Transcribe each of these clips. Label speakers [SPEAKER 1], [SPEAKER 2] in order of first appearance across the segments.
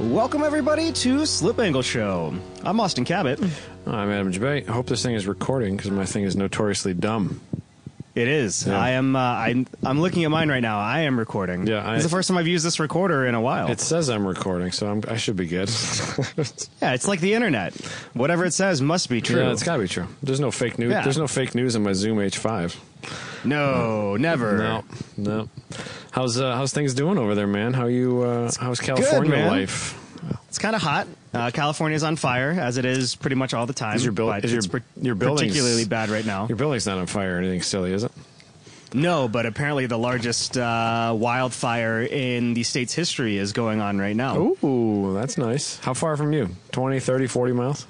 [SPEAKER 1] Welcome, everybody, to Slip Angle Show. I'm Austin Cabot.
[SPEAKER 2] Mm. I'm Adam Jabay. I hope this thing is recording because my thing is notoriously dumb.
[SPEAKER 1] It is.
[SPEAKER 2] Yeah.
[SPEAKER 1] I am. Uh, I'm. I'm looking at mine right now. I am recording.
[SPEAKER 2] Yeah, I-
[SPEAKER 1] it's the first time I've used this recorder in a while.
[SPEAKER 2] It says I'm recording, so I'm, I should be good.
[SPEAKER 1] yeah, it's like the internet. Whatever it says must be true.
[SPEAKER 2] Yeah, it's got to be true. There's no fake news.
[SPEAKER 1] Yeah.
[SPEAKER 2] There's no fake news in my Zoom H5.
[SPEAKER 1] no, never.
[SPEAKER 2] No, no. How's uh, how's things doing over there, man? How you? Uh, how's California
[SPEAKER 1] man.
[SPEAKER 2] life?
[SPEAKER 1] It's kind of hot. Uh, California's on fire, as it is pretty much all the time.
[SPEAKER 2] Is your buil-
[SPEAKER 1] but
[SPEAKER 2] is your-
[SPEAKER 1] it's par-
[SPEAKER 2] your building's-
[SPEAKER 1] particularly bad right now?
[SPEAKER 2] Your building's not on fire or anything silly, is it?
[SPEAKER 1] No, but apparently the largest uh, wildfire in the state's history is going on right now.
[SPEAKER 2] Ooh, that's nice. How far from you? 20, 30, 40 miles?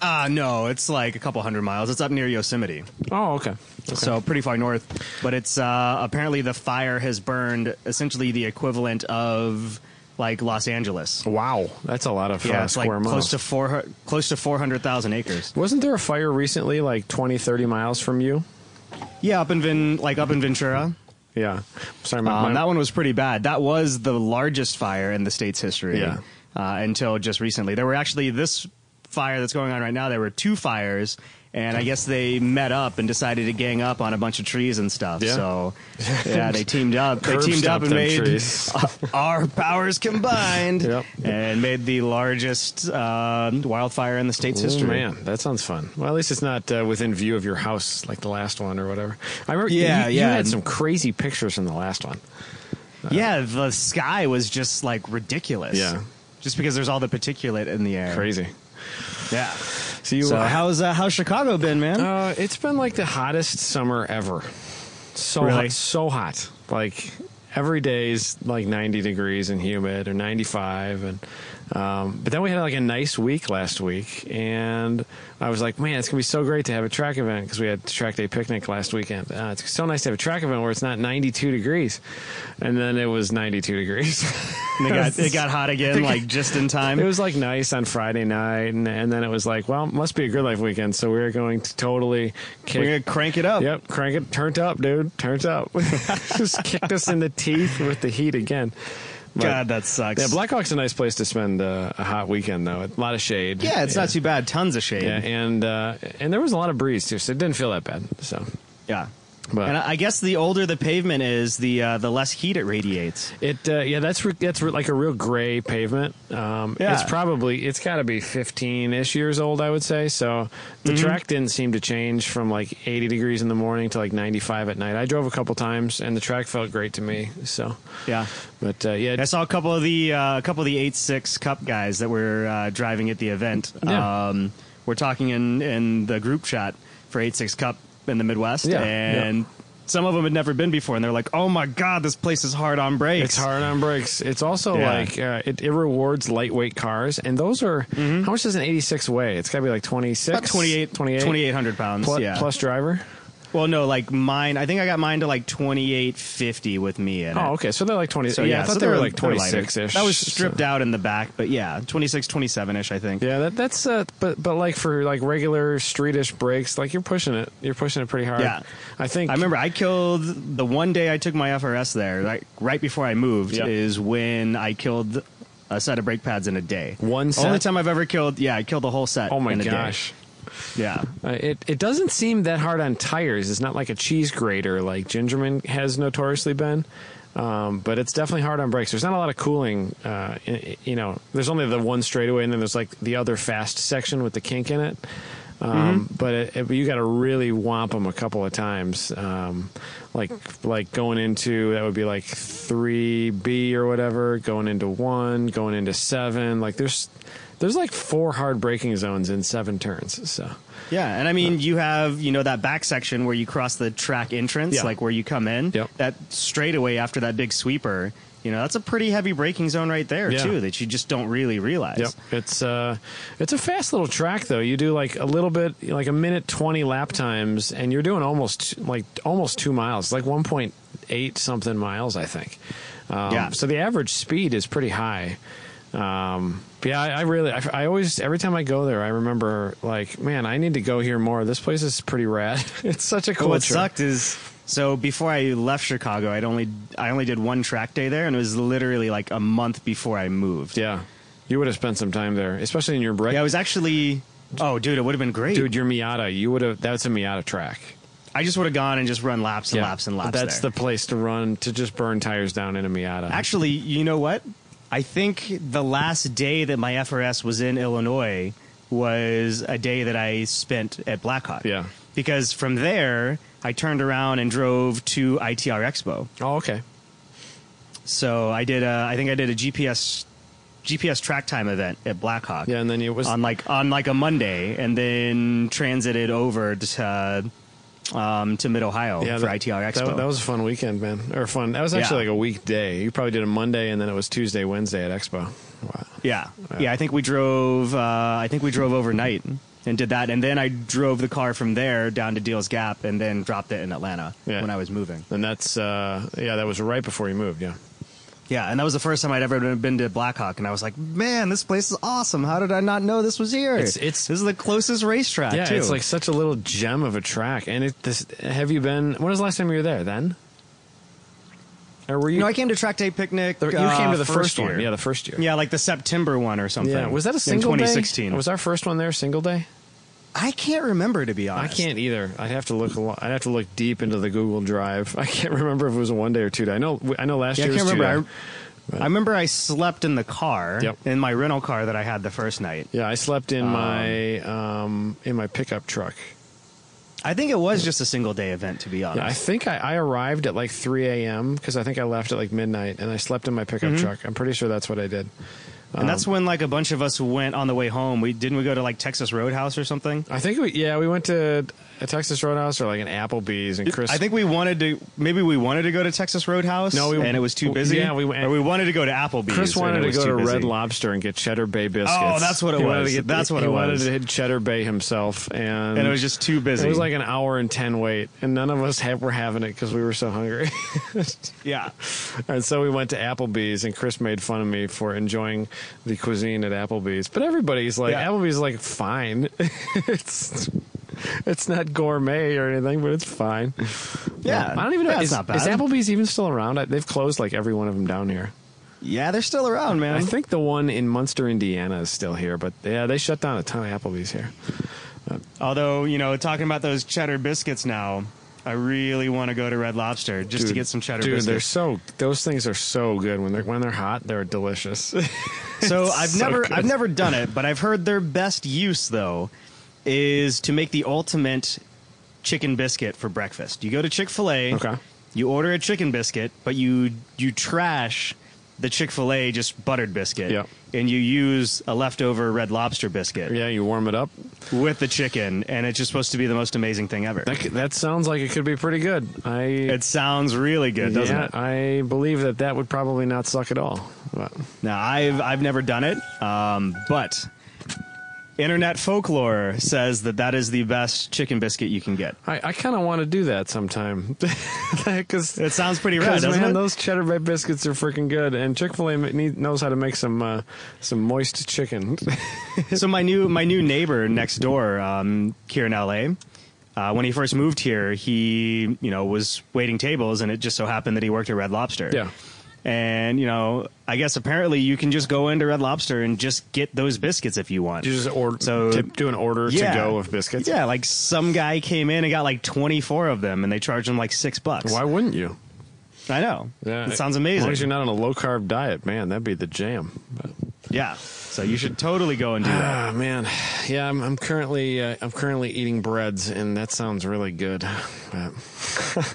[SPEAKER 1] Uh, no, it's like a couple hundred miles. It's up near Yosemite.
[SPEAKER 2] Oh, okay. Okay.
[SPEAKER 1] So pretty far north, but it's uh, apparently the fire has burned essentially the equivalent of like Los Angeles.
[SPEAKER 2] wow, that's a lot of
[SPEAKER 1] yeah,
[SPEAKER 2] uh,
[SPEAKER 1] it's like
[SPEAKER 2] Oh, square miles.
[SPEAKER 1] close to four close to four hundred thousand acres.
[SPEAKER 2] Wasn't there a fire recently, like 20, 30 miles from you?
[SPEAKER 1] Yeah, up in Vin, like up in Ventura.
[SPEAKER 2] Yeah. Sorry, my,
[SPEAKER 1] Um,
[SPEAKER 2] my,
[SPEAKER 1] that one was pretty bad. That was the largest fire in the state's history.
[SPEAKER 2] Yeah.
[SPEAKER 1] Uh, until just recently, there were actually this fire that's going on right now. There were two fires, and I guess they met up and decided to gang up on a bunch of trees and stuff.
[SPEAKER 2] Yeah.
[SPEAKER 1] So, yeah, they teamed up. they
[SPEAKER 2] Curb
[SPEAKER 1] teamed up
[SPEAKER 2] stomped
[SPEAKER 1] and
[SPEAKER 2] them
[SPEAKER 1] made
[SPEAKER 2] trees.
[SPEAKER 1] our powers combined,
[SPEAKER 2] Yep.
[SPEAKER 1] and made the largest uh, wildfire in the state's
[SPEAKER 2] Ooh,
[SPEAKER 1] history.
[SPEAKER 2] Oh, Man, that sounds fun. Well, at least it's not uh, within view of your house like the last one or whatever. I remember
[SPEAKER 1] Yeah,
[SPEAKER 2] you, you
[SPEAKER 1] yeah.
[SPEAKER 2] had some crazy pictures in the last one.
[SPEAKER 1] Yeah, the sky was just like ridiculous.
[SPEAKER 2] Yeah.
[SPEAKER 1] Just because there's all the particulate in the air.
[SPEAKER 2] Crazy.
[SPEAKER 1] Yeah.
[SPEAKER 2] So you
[SPEAKER 1] So
[SPEAKER 2] uh,
[SPEAKER 1] how's uh, how's Chicago been, man?
[SPEAKER 2] uh, it's been like the hottest summer ever. So
[SPEAKER 1] Really?
[SPEAKER 2] hot, so hot. Like every day is like 90 degrees and humid or 95 and um, but then we had like a nice week last week and I was like, man, it's going to be so great to have a track event because we had track day picnic last weekend. Uh, it's so nice to have a track event where it's not 92 degrees. And then it was 92 degrees.
[SPEAKER 1] And it got it got hot again, like just in time.
[SPEAKER 2] It was like nice on Friday night, and, and then it was like, well, must be a good life weekend. So we are going to totally kick.
[SPEAKER 1] We're gonna crank it up.
[SPEAKER 2] Yep, crank it. Turned up, dude. Turned up. Just kicked us in the teeth with the heat again. But-
[SPEAKER 1] God, that sucks.
[SPEAKER 2] Yeah, Blackhawk's a nice place to spend uh, a hot weekend, though. A lot of shade.
[SPEAKER 1] Yeah, it's not too bad. Tons of shade.
[SPEAKER 2] Yeah,
[SPEAKER 1] Yeah.
[SPEAKER 2] and uh, and there was a lot of breeze too, so it didn't feel that bad. So But-
[SPEAKER 1] and I I guess the older the pavement is, the uh, the less heat it radiates.
[SPEAKER 2] It uh, yeah, that's re- that's re- like a real gray pavement. Um,
[SPEAKER 1] Yeah.
[SPEAKER 2] It's probably it's got to be 15 ish years old, I would say. So the
[SPEAKER 1] Mm-hmm.
[SPEAKER 2] track didn't seem to change from like 80 degrees in the morning to like 95 at night. I drove a couple times, and the track felt great to me. So,
[SPEAKER 1] Yeah.
[SPEAKER 2] but uh, yeah,
[SPEAKER 1] I saw a couple of the uh, a couple of the eight six cup guys that were uh, driving at the event.
[SPEAKER 2] Yeah.
[SPEAKER 1] Um, we're talking in in the group chat for eight six cup in the Midwest,
[SPEAKER 2] Yeah,
[SPEAKER 1] and some of them had never been before, and they're like, "Oh my god, this place is hard on brakes."
[SPEAKER 2] It's hard on brakes. It's also
[SPEAKER 1] Yeah.
[SPEAKER 2] like uh, it, it rewards lightweight cars, and those are how much does an 86 weigh? It's got to be like 26,
[SPEAKER 1] Mm-hmm. About 28
[SPEAKER 2] 28,
[SPEAKER 1] 2,800 pounds.
[SPEAKER 2] plu-
[SPEAKER 1] yeah.
[SPEAKER 2] plus driver.
[SPEAKER 1] Well, no, like mine. I think I got mine to like twenty eight fifty with me in it.
[SPEAKER 2] Oh, okay. So they're like 20.
[SPEAKER 1] So,
[SPEAKER 2] yeah, I thought
[SPEAKER 1] so
[SPEAKER 2] they were
[SPEAKER 1] they're-
[SPEAKER 2] like
[SPEAKER 1] they're lighter.
[SPEAKER 2] 26 ish.
[SPEAKER 1] That was stripped out in the back, but yeah, 26, 27 ish, I think.
[SPEAKER 2] Yeah, that, that's uh, but but like for like regular streetish breaks, like you're pushing it, you're pushing it pretty hard.
[SPEAKER 1] Yeah.
[SPEAKER 2] I think
[SPEAKER 1] I remember I killed the one day I took my FRS there, like right before I moved,
[SPEAKER 2] Yeah.
[SPEAKER 1] is when I killed a set of brake pads in a day.
[SPEAKER 2] One
[SPEAKER 1] Only
[SPEAKER 2] set?
[SPEAKER 1] time I've ever killed. Yeah, I killed the whole set.
[SPEAKER 2] Oh my
[SPEAKER 1] in a day.
[SPEAKER 2] gosh,
[SPEAKER 1] Yeah.
[SPEAKER 2] uh, it it doesn't seem that hard on tires. It's not like a cheese grater like Gingerman has notoriously been. Um, but it's definitely hard on brakes. There's not a lot of cooling. Uh, i- i- you know, there's only the one straightaway, and then there's like the other fast section with the kink in it. Um, But it, it- you got to really whomp them a couple of times. Um, like like going into that would be like three B or whatever. Going into one, going into seven. Like there's there's like four hard braking zones in seven turns. So
[SPEAKER 1] Yeah, and I mean, you have you know that back section where you cross the track entrance,
[SPEAKER 2] Yeah.
[SPEAKER 1] like where you come in.
[SPEAKER 2] Yep.
[SPEAKER 1] That straightaway after that big sweeper, you know, that's a pretty heavy braking zone right there
[SPEAKER 2] Yeah.
[SPEAKER 1] too that you just don't really realize.
[SPEAKER 2] Yep. It's uh it's a fast little track though. You do like a little bit like a minute 20 lap times and you're doing almost like almost 2 miles, like 1.8 something miles I think. Um,
[SPEAKER 1] Yeah.
[SPEAKER 2] so the average speed is pretty high. Um but yeah, I, I really, I, I always, every time I go there, I remember like, man, I need to go here more. This place is pretty rad. it's such a cool.
[SPEAKER 1] what
[SPEAKER 2] track.
[SPEAKER 1] Oh, sucked is so before I left Chicago, I'd only I only did one track day there, and it was literally like a month before I moved.
[SPEAKER 2] Yeah. You would have spent some time there, especially in your break.
[SPEAKER 1] Yeah, it was actually. Oh, dude, it would have been great.
[SPEAKER 2] Dude, your Miata, you would have. That's a Miata track.
[SPEAKER 1] I just would have gone and just run laps and
[SPEAKER 2] Yeah.
[SPEAKER 1] laps and laps.
[SPEAKER 2] That's
[SPEAKER 1] there.
[SPEAKER 2] the place to run to just burn tires down in a Miata.
[SPEAKER 1] Actually, you know what? I think the last day that my FRS was in Illinois was a day that I spent at Blackhawk.
[SPEAKER 2] Yeah.
[SPEAKER 1] Because from there, I turned around and drove to ITR Expo.
[SPEAKER 2] oh, okay.
[SPEAKER 1] So I did. A, I think I did a GPS GPS track time event at Blackhawk.
[SPEAKER 2] Yeah, and then it was
[SPEAKER 1] on like on like a Monday, and then transited over to uh, um, to Mid Ohio
[SPEAKER 2] yeah,
[SPEAKER 1] for
[SPEAKER 2] that-
[SPEAKER 1] ITR Expo.
[SPEAKER 2] That, that was a fun weekend, man. Or fun. That was actually
[SPEAKER 1] Yeah.
[SPEAKER 2] like a weekday. You probably did a Monday, and then it was Tuesday, Wednesday at Expo. Wow.
[SPEAKER 1] yeah, yeah. I think we drove. Uh, I think we drove overnight and did that, and then I drove the car from there down to Deals Gap, and then dropped it in Atlanta
[SPEAKER 2] Yeah.
[SPEAKER 1] when I was moving.
[SPEAKER 2] And that's uh, yeah, that was right before you moved. Yeah.
[SPEAKER 1] Yeah, and that was the first time I'd ever been- been to Blackhawk, and I was like, "Man, this place is awesome! How did I not know this was here?
[SPEAKER 2] It's- it's-
[SPEAKER 1] this is the closest racetrack.
[SPEAKER 2] Yeah,
[SPEAKER 1] too.
[SPEAKER 2] it's like such a little gem of a track. And it this have you been? When was the last time you were there? Then, or were you?
[SPEAKER 1] You know, I came to Track Day Picnic.
[SPEAKER 2] the- you
[SPEAKER 1] uh,
[SPEAKER 2] came to the first,
[SPEAKER 1] year.
[SPEAKER 2] one. Yeah, the first year.
[SPEAKER 1] Yeah, like the September one or something.
[SPEAKER 2] Yeah, was that a
[SPEAKER 1] in
[SPEAKER 2] single
[SPEAKER 1] 2016.
[SPEAKER 2] day? Was our first one there a single day?
[SPEAKER 1] I can't remember to be
[SPEAKER 2] I
[SPEAKER 1] honest.
[SPEAKER 2] can't either. I'd have to look. a lo- I'd have to look deep into the Google Drive. I can't remember if it was a one day or two day. I know. I know last
[SPEAKER 1] Yeah, I
[SPEAKER 2] year
[SPEAKER 1] can't
[SPEAKER 2] was
[SPEAKER 1] remember.
[SPEAKER 2] two
[SPEAKER 1] I, I remember I slept in the car
[SPEAKER 2] Yep.
[SPEAKER 1] in my rental car that I had the first night.
[SPEAKER 2] day. Yeah, I slept in my um, in my pickup truck.
[SPEAKER 1] I think it was just a single day event to be honest.
[SPEAKER 2] Yeah, I think I, I arrived at like 3 a.m. because I think I left at like midnight and I slept in my pickup
[SPEAKER 1] Mm-hmm.
[SPEAKER 2] truck. I'm pretty sure that's what I did.
[SPEAKER 1] and that's when like a bunch of us went on the way home. We didn't we go to like Texas Roadhouse or something?
[SPEAKER 2] I think we yeah we went to a Texas Roadhouse or like an Applebee's and Chris.
[SPEAKER 1] I think we wanted to maybe we wanted to go to Texas Roadhouse
[SPEAKER 2] No, we-
[SPEAKER 1] and it was too
[SPEAKER 2] w-
[SPEAKER 1] busy.
[SPEAKER 2] yeah, we went-
[SPEAKER 1] Or we wanted to go to Applebee's.
[SPEAKER 2] Chris
[SPEAKER 1] and
[SPEAKER 2] wanted
[SPEAKER 1] it
[SPEAKER 2] to
[SPEAKER 1] was
[SPEAKER 2] go
[SPEAKER 1] too
[SPEAKER 2] to
[SPEAKER 1] busy.
[SPEAKER 2] Red Lobster and get cheddar bay biscuits.
[SPEAKER 1] Oh, that's what it
[SPEAKER 2] He wanted
[SPEAKER 1] was.
[SPEAKER 2] to get-
[SPEAKER 1] That's what
[SPEAKER 2] he
[SPEAKER 1] it
[SPEAKER 2] wanted
[SPEAKER 1] was.
[SPEAKER 2] to hit cheddar bay himself, and
[SPEAKER 1] and it was just too busy.
[SPEAKER 2] It was like an hour and ten wait, and none of us had, were having it because we were so hungry.
[SPEAKER 1] yeah.
[SPEAKER 2] and so we went to Applebee's, and Chris made fun of me for enjoying the cuisine at Applebee's. But everybody's like,
[SPEAKER 1] Yeah.
[SPEAKER 2] Applebee's like fine. it's it's not gourmet or anything, but it's fine.
[SPEAKER 1] Yeah.
[SPEAKER 2] I don't even know.
[SPEAKER 1] Yeah, it's
[SPEAKER 2] is,
[SPEAKER 1] not bad.
[SPEAKER 2] is Applebee's even still around? I- They've closed like every one of them down here.
[SPEAKER 1] Yeah, they're still around, man.
[SPEAKER 2] I think the one in Munster, Indiana, is still here, but yeah, they shut down a ton of Applebee's here.
[SPEAKER 1] Although, you know, talking about those cheddar biscuits now, I really want to go to Red Lobster just to get some cheddar
[SPEAKER 2] dude, they're
[SPEAKER 1] biscuits.
[SPEAKER 2] so those things are so good when they're when they're hot, they're delicious.
[SPEAKER 1] So I've
[SPEAKER 2] so
[SPEAKER 1] never
[SPEAKER 2] good.
[SPEAKER 1] I've never done it, but I've heard their best use though is to make the ultimate chicken biscuit for breakfast. You go to Chick-fil-A,
[SPEAKER 2] Okay.
[SPEAKER 1] you order a chicken biscuit, but you you trash the Chick-fil-A just buttered biscuit
[SPEAKER 2] Yep.
[SPEAKER 1] and you use a leftover red lobster biscuit
[SPEAKER 2] yeah, you warm it up.
[SPEAKER 1] with the chicken and it's just supposed to be the most amazing thing ever.
[SPEAKER 2] That c- that sounds like it could be pretty good. I
[SPEAKER 1] it sounds really good, doesn't
[SPEAKER 2] yeah,
[SPEAKER 1] it?
[SPEAKER 2] I believe that that would probably not suck at all. But
[SPEAKER 1] Now, I've I've never done it, um, but internet folklore says that that is the best chicken biscuit you can get.
[SPEAKER 2] I, I kind of want to do that sometime because.
[SPEAKER 1] It sounds pretty rad,
[SPEAKER 2] Because
[SPEAKER 1] doesn't
[SPEAKER 2] man,
[SPEAKER 1] it?
[SPEAKER 2] those cheddar bay biscuits are freaking good, and Chick Fil A knows how to make some uh, some moist chicken.
[SPEAKER 1] so my new my new neighbor next door um, here in LA. Uh, when he first moved here, he you know was waiting tables, and it just so happened that he worked at Red Lobster.
[SPEAKER 2] Yeah.
[SPEAKER 1] and you know, I guess apparently you can just go into Red Lobster and just get those biscuits if you want.
[SPEAKER 2] you just order,
[SPEAKER 1] So-
[SPEAKER 2] tip, do an order to go of biscuits.
[SPEAKER 1] Yeah, like some guy came in and got like twenty four of them, and they charged him like six bucks.
[SPEAKER 2] Why wouldn't you?
[SPEAKER 1] I know.
[SPEAKER 2] Yeah,
[SPEAKER 1] it sounds
[SPEAKER 2] As
[SPEAKER 1] amazing.
[SPEAKER 2] long as you're not on a low carb diet, man, that'd be the jam. But,
[SPEAKER 1] yeah, so you should totally go and do that.
[SPEAKER 2] ah, man, yeah, I'm, I'm currently uh, I'm currently eating breads, and that sounds really good. But-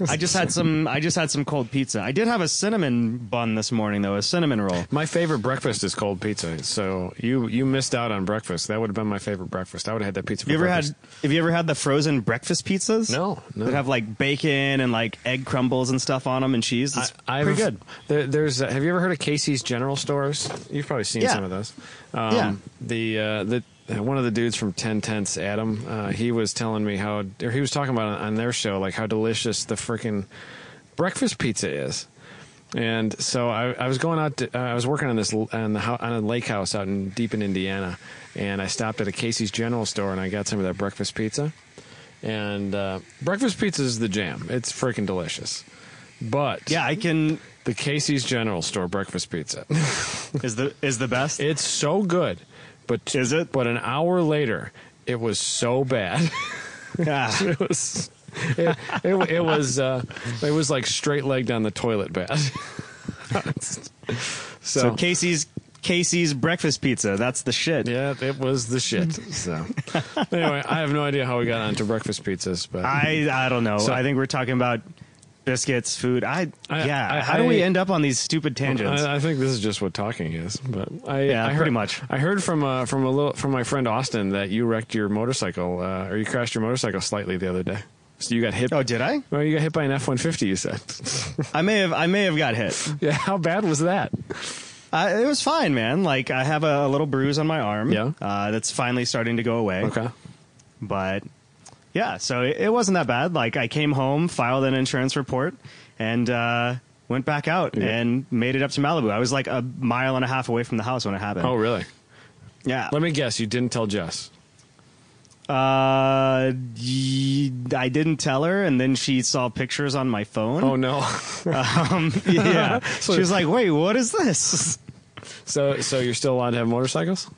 [SPEAKER 1] I just had some. I just had some cold pizza. I did have a cinnamon bun this morning though, a cinnamon roll.
[SPEAKER 2] my favorite breakfast is cold pizza. So you you missed out on breakfast. That would have been my favorite breakfast. I would have had that pizza. For
[SPEAKER 1] Have you ever
[SPEAKER 2] breakfast.
[SPEAKER 1] had? Have you ever had the frozen breakfast pizzas?
[SPEAKER 2] No, no.
[SPEAKER 1] That have like bacon and like egg crumbles and stuff on them and cheese. It's
[SPEAKER 2] I, I've-
[SPEAKER 1] pretty good.
[SPEAKER 2] There, there's. Uh, have you ever heard of Casey's General Stores? You've probably seen
[SPEAKER 1] Yeah.
[SPEAKER 2] some of those. Um,
[SPEAKER 1] Yeah.
[SPEAKER 2] The uh, the uh, one of the dudes from Ten Tenths, Adam. Uh, he was telling me how, or he was talking about on their show, like how delicious the freaking breakfast pizza is. And so I, I was going out. To, uh, I was working on this l- on the hou- on a lake house out in deep in Indiana, and I stopped at a Casey's General Store and I got some of that breakfast pizza. And uh, breakfast pizza is the jam. It's freaking delicious. But
[SPEAKER 1] Yeah, I can.
[SPEAKER 2] The Casey's General Store breakfast pizza.
[SPEAKER 1] Is the is the best?
[SPEAKER 2] it's so good, but
[SPEAKER 1] Is it?
[SPEAKER 2] But an hour later, it was so bad.
[SPEAKER 1] Ah,
[SPEAKER 2] it was. It, it, it was uh, it was like straight legged on the toilet bed.
[SPEAKER 1] so
[SPEAKER 2] so
[SPEAKER 1] Casey's Casey's breakfast pizza. That's the shit.
[SPEAKER 2] yeah, it was the shit. So anyway, I have no idea how we got onto breakfast pizzas, but
[SPEAKER 1] I I don't know.
[SPEAKER 2] So-
[SPEAKER 1] I think we're talking about biscuits, food. I,
[SPEAKER 2] I-
[SPEAKER 1] yeah.
[SPEAKER 2] I-
[SPEAKER 1] How do we
[SPEAKER 2] I-
[SPEAKER 1] end up on these stupid tangents?
[SPEAKER 2] I, I think this is just what talking is, but I,
[SPEAKER 1] Yeah,
[SPEAKER 2] I heard,
[SPEAKER 1] pretty much.
[SPEAKER 2] I heard from uh, from a little from my friend Austin that you wrecked your motorcycle uh, or you crashed your motorcycle slightly the other day. So you got hit.
[SPEAKER 1] oh, did I?
[SPEAKER 2] Well, you got hit by an F one fifty. You said,
[SPEAKER 1] I may have I may have got hit.
[SPEAKER 2] "Yeah, how bad was that?"
[SPEAKER 1] I, it was fine, man. Like I have a, a little bruise on my arm.
[SPEAKER 2] Yeah.
[SPEAKER 1] uh, that's finally starting to go away.
[SPEAKER 2] Okay,
[SPEAKER 1] but yeah, so it, it wasn't that bad. Like I came home, filed an insurance report, and uh, went back out
[SPEAKER 2] Yeah.
[SPEAKER 1] and made it up to Malibu. I was like a mile and a half away from the house when it happened.
[SPEAKER 2] oh really?
[SPEAKER 1] yeah.
[SPEAKER 2] Let me guess. You didn't tell Jess.
[SPEAKER 1] Uh, ye- I didn't tell her, and then she saw pictures on my phone.
[SPEAKER 2] Oh no.
[SPEAKER 1] Um, yeah,
[SPEAKER 2] So-
[SPEAKER 1] she was like, "Wait, what is this?"
[SPEAKER 2] so so you're still allowed to have motorcycles?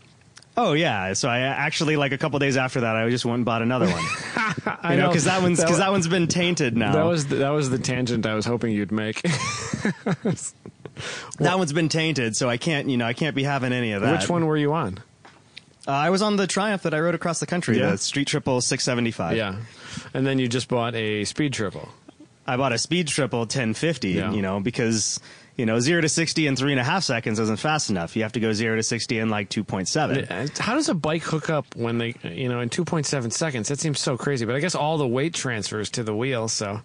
[SPEAKER 1] Oh yeah, so I actually like a couple days after that, I just went and bought another one.
[SPEAKER 2] I
[SPEAKER 1] You know, because that one's because that, one's been tainted now.
[SPEAKER 2] That was the, that was the tangent I was hoping you'd make.
[SPEAKER 1] that one's been tainted, so I can't you know I can't be having any of that.
[SPEAKER 2] Which one were you on?
[SPEAKER 1] Uh, I was on the Triumph that I rode across the country,
[SPEAKER 2] Yeah.
[SPEAKER 1] the Street Triple 675.
[SPEAKER 2] Yeah, and then you just bought a speed triple.
[SPEAKER 1] I bought a Speed Triple 1050,
[SPEAKER 2] Yeah.
[SPEAKER 1] you know, because, you know, zero to 60 in three and a half seconds isn't fast enough. You have to go zero to 60 in like 2.7.
[SPEAKER 2] Uh, How does a bike hook up when they, you know, in 2.7 seconds? That seems so crazy. But I guess all the weight transfers to the wheel. So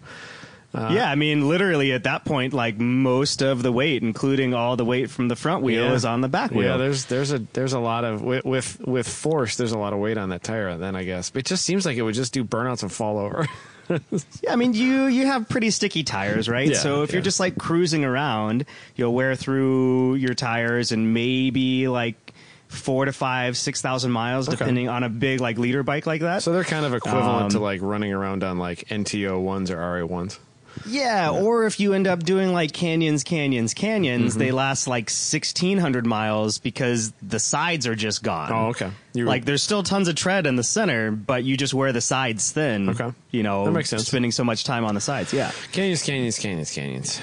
[SPEAKER 2] Uh-huh.
[SPEAKER 1] yeah, I mean, literally at that point, like most of the weight, including all the weight from the front wheel,
[SPEAKER 2] Yeah.
[SPEAKER 1] is on the back
[SPEAKER 2] yeah,
[SPEAKER 1] wheel.
[SPEAKER 2] there's there's a there's a lot of with with, with force. There's a lot of weight on that tire. Then I guess But it just seems like it would just do burnouts and fall over.
[SPEAKER 1] Yeah, I mean, you you have pretty sticky tires, right?
[SPEAKER 2] Yeah,
[SPEAKER 1] so if
[SPEAKER 2] yeah.
[SPEAKER 1] you're just like cruising around, you'll wear through your tires and maybe like four to five, six thousand miles,
[SPEAKER 2] Okay.
[SPEAKER 1] depending on a big like leader bike like that.
[SPEAKER 2] so they're kind of equivalent
[SPEAKER 1] Um,
[SPEAKER 2] to like running around on like NTO ones or RA ones.
[SPEAKER 1] yeah, or if you end up doing like canyons, canyons, canyons, they
[SPEAKER 2] Mm-hmm.
[SPEAKER 1] last like sixteen hundred miles because the sides are just gone.
[SPEAKER 2] Oh, okay. You-
[SPEAKER 1] like there's still tons of tread in the center, but you just wear the sides thin.
[SPEAKER 2] Okay.
[SPEAKER 1] You know,
[SPEAKER 2] That makes sense.
[SPEAKER 1] spending so much time on the sides. Yeah.
[SPEAKER 2] Canyons, canyons, canyons, canyons.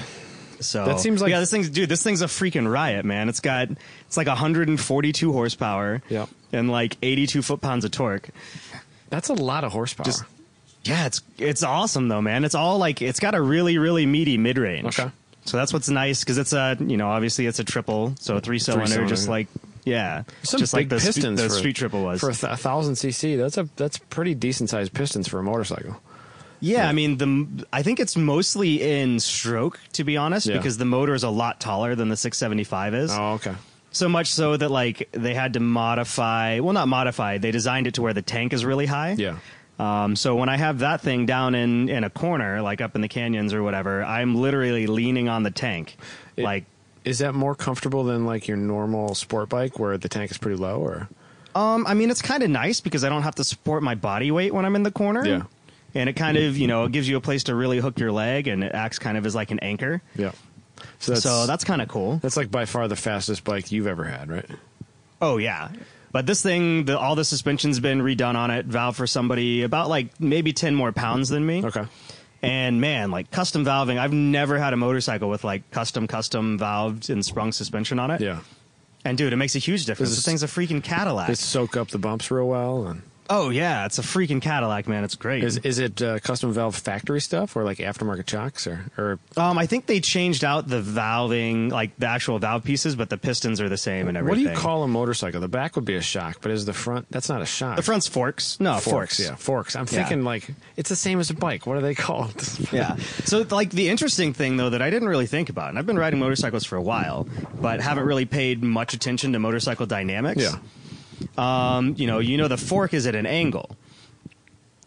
[SPEAKER 1] So
[SPEAKER 2] That seems like-
[SPEAKER 1] yeah, this thing's dude. This thing's a freaking riot, man. It's got it's like 142 horsepower,
[SPEAKER 2] Yep.
[SPEAKER 1] and like 82 foot pounds of torque.
[SPEAKER 2] That's a lot of horsepower.
[SPEAKER 1] Just- Yeah, it's it's awesome though, man. It's all like it's got a really really meaty mid range.
[SPEAKER 2] Okay.
[SPEAKER 1] so that's what's nice because it's a you know obviously it's a triple, so three cylinder,
[SPEAKER 2] Three-cylinder.
[SPEAKER 1] just like yeah,
[SPEAKER 2] Some
[SPEAKER 1] just
[SPEAKER 2] big
[SPEAKER 1] like the spe-
[SPEAKER 2] pistons
[SPEAKER 1] the
[SPEAKER 2] for-
[SPEAKER 1] street triple was.
[SPEAKER 2] for a, th- a thousand cc, that's a that's pretty decent sized pistons for a motorcycle.
[SPEAKER 1] yeah, I mean the I think it's mostly in stroke to be honest
[SPEAKER 2] Yeah.
[SPEAKER 1] because the motor is a lot taller than the 675 is.
[SPEAKER 2] Oh, okay.
[SPEAKER 1] So much so that like they had to modify, well, not modify. They designed it to where the tank is really high.
[SPEAKER 2] Yeah.
[SPEAKER 1] Um, so when I have that thing down in in a corner, like up in the canyons or whatever, I'm literally leaning on the tank,
[SPEAKER 2] It-
[SPEAKER 1] like.
[SPEAKER 2] Is that more comfortable than like your normal sport bike where the tank is pretty low or
[SPEAKER 1] Um, I mean, it's kind of nice because I don't have to support my body weight when I'm in the corner.
[SPEAKER 2] Yeah.
[SPEAKER 1] And it kind of, you know, it gives you a place to really hook your leg, and it acts kind of as like an anchor.
[SPEAKER 2] Yeah. So that's
[SPEAKER 1] so that's kind of cool.
[SPEAKER 2] that's like by far the fastest bike you've ever had, right?
[SPEAKER 1] Oh yeah. But this thing, the, all the suspension's been redone on it. Valve for somebody about like maybe ten more pounds than me.
[SPEAKER 2] Okay.
[SPEAKER 1] And man, like custom valving, I've never had a motorcycle with like custom, custom valved and sprung suspension on it.
[SPEAKER 2] Yeah.
[SPEAKER 1] And dude, it makes a huge difference.
[SPEAKER 2] This
[SPEAKER 1] This,
[SPEAKER 2] is-
[SPEAKER 1] thing's a freaking Cadillac.
[SPEAKER 2] Does it soak up the bumps real well and
[SPEAKER 1] oh yeah, it's a freaking Cadillac, man. It's great.
[SPEAKER 2] is is it uh, custom valve factory stuff or like aftermarket shocks or or
[SPEAKER 1] um, I think they changed out the valving, like the actual valve pieces, but the pistons are the same and
[SPEAKER 2] what do
[SPEAKER 1] everything.
[SPEAKER 2] you call a motorcycle? The back would be a shock, but is the front that's not a shock.
[SPEAKER 1] the front's forks? No, forks.
[SPEAKER 2] forks, yeah, forks. I'm thinking like it's the same as a bike. What are they called?
[SPEAKER 1] yeah. So like the interesting thing though that I didn't really think about, and I've been riding motorcycles for a while, but haven't really paid much attention to motorcycle dynamics.
[SPEAKER 2] Yeah.
[SPEAKER 1] Um, you know, you know the fork is at an angle.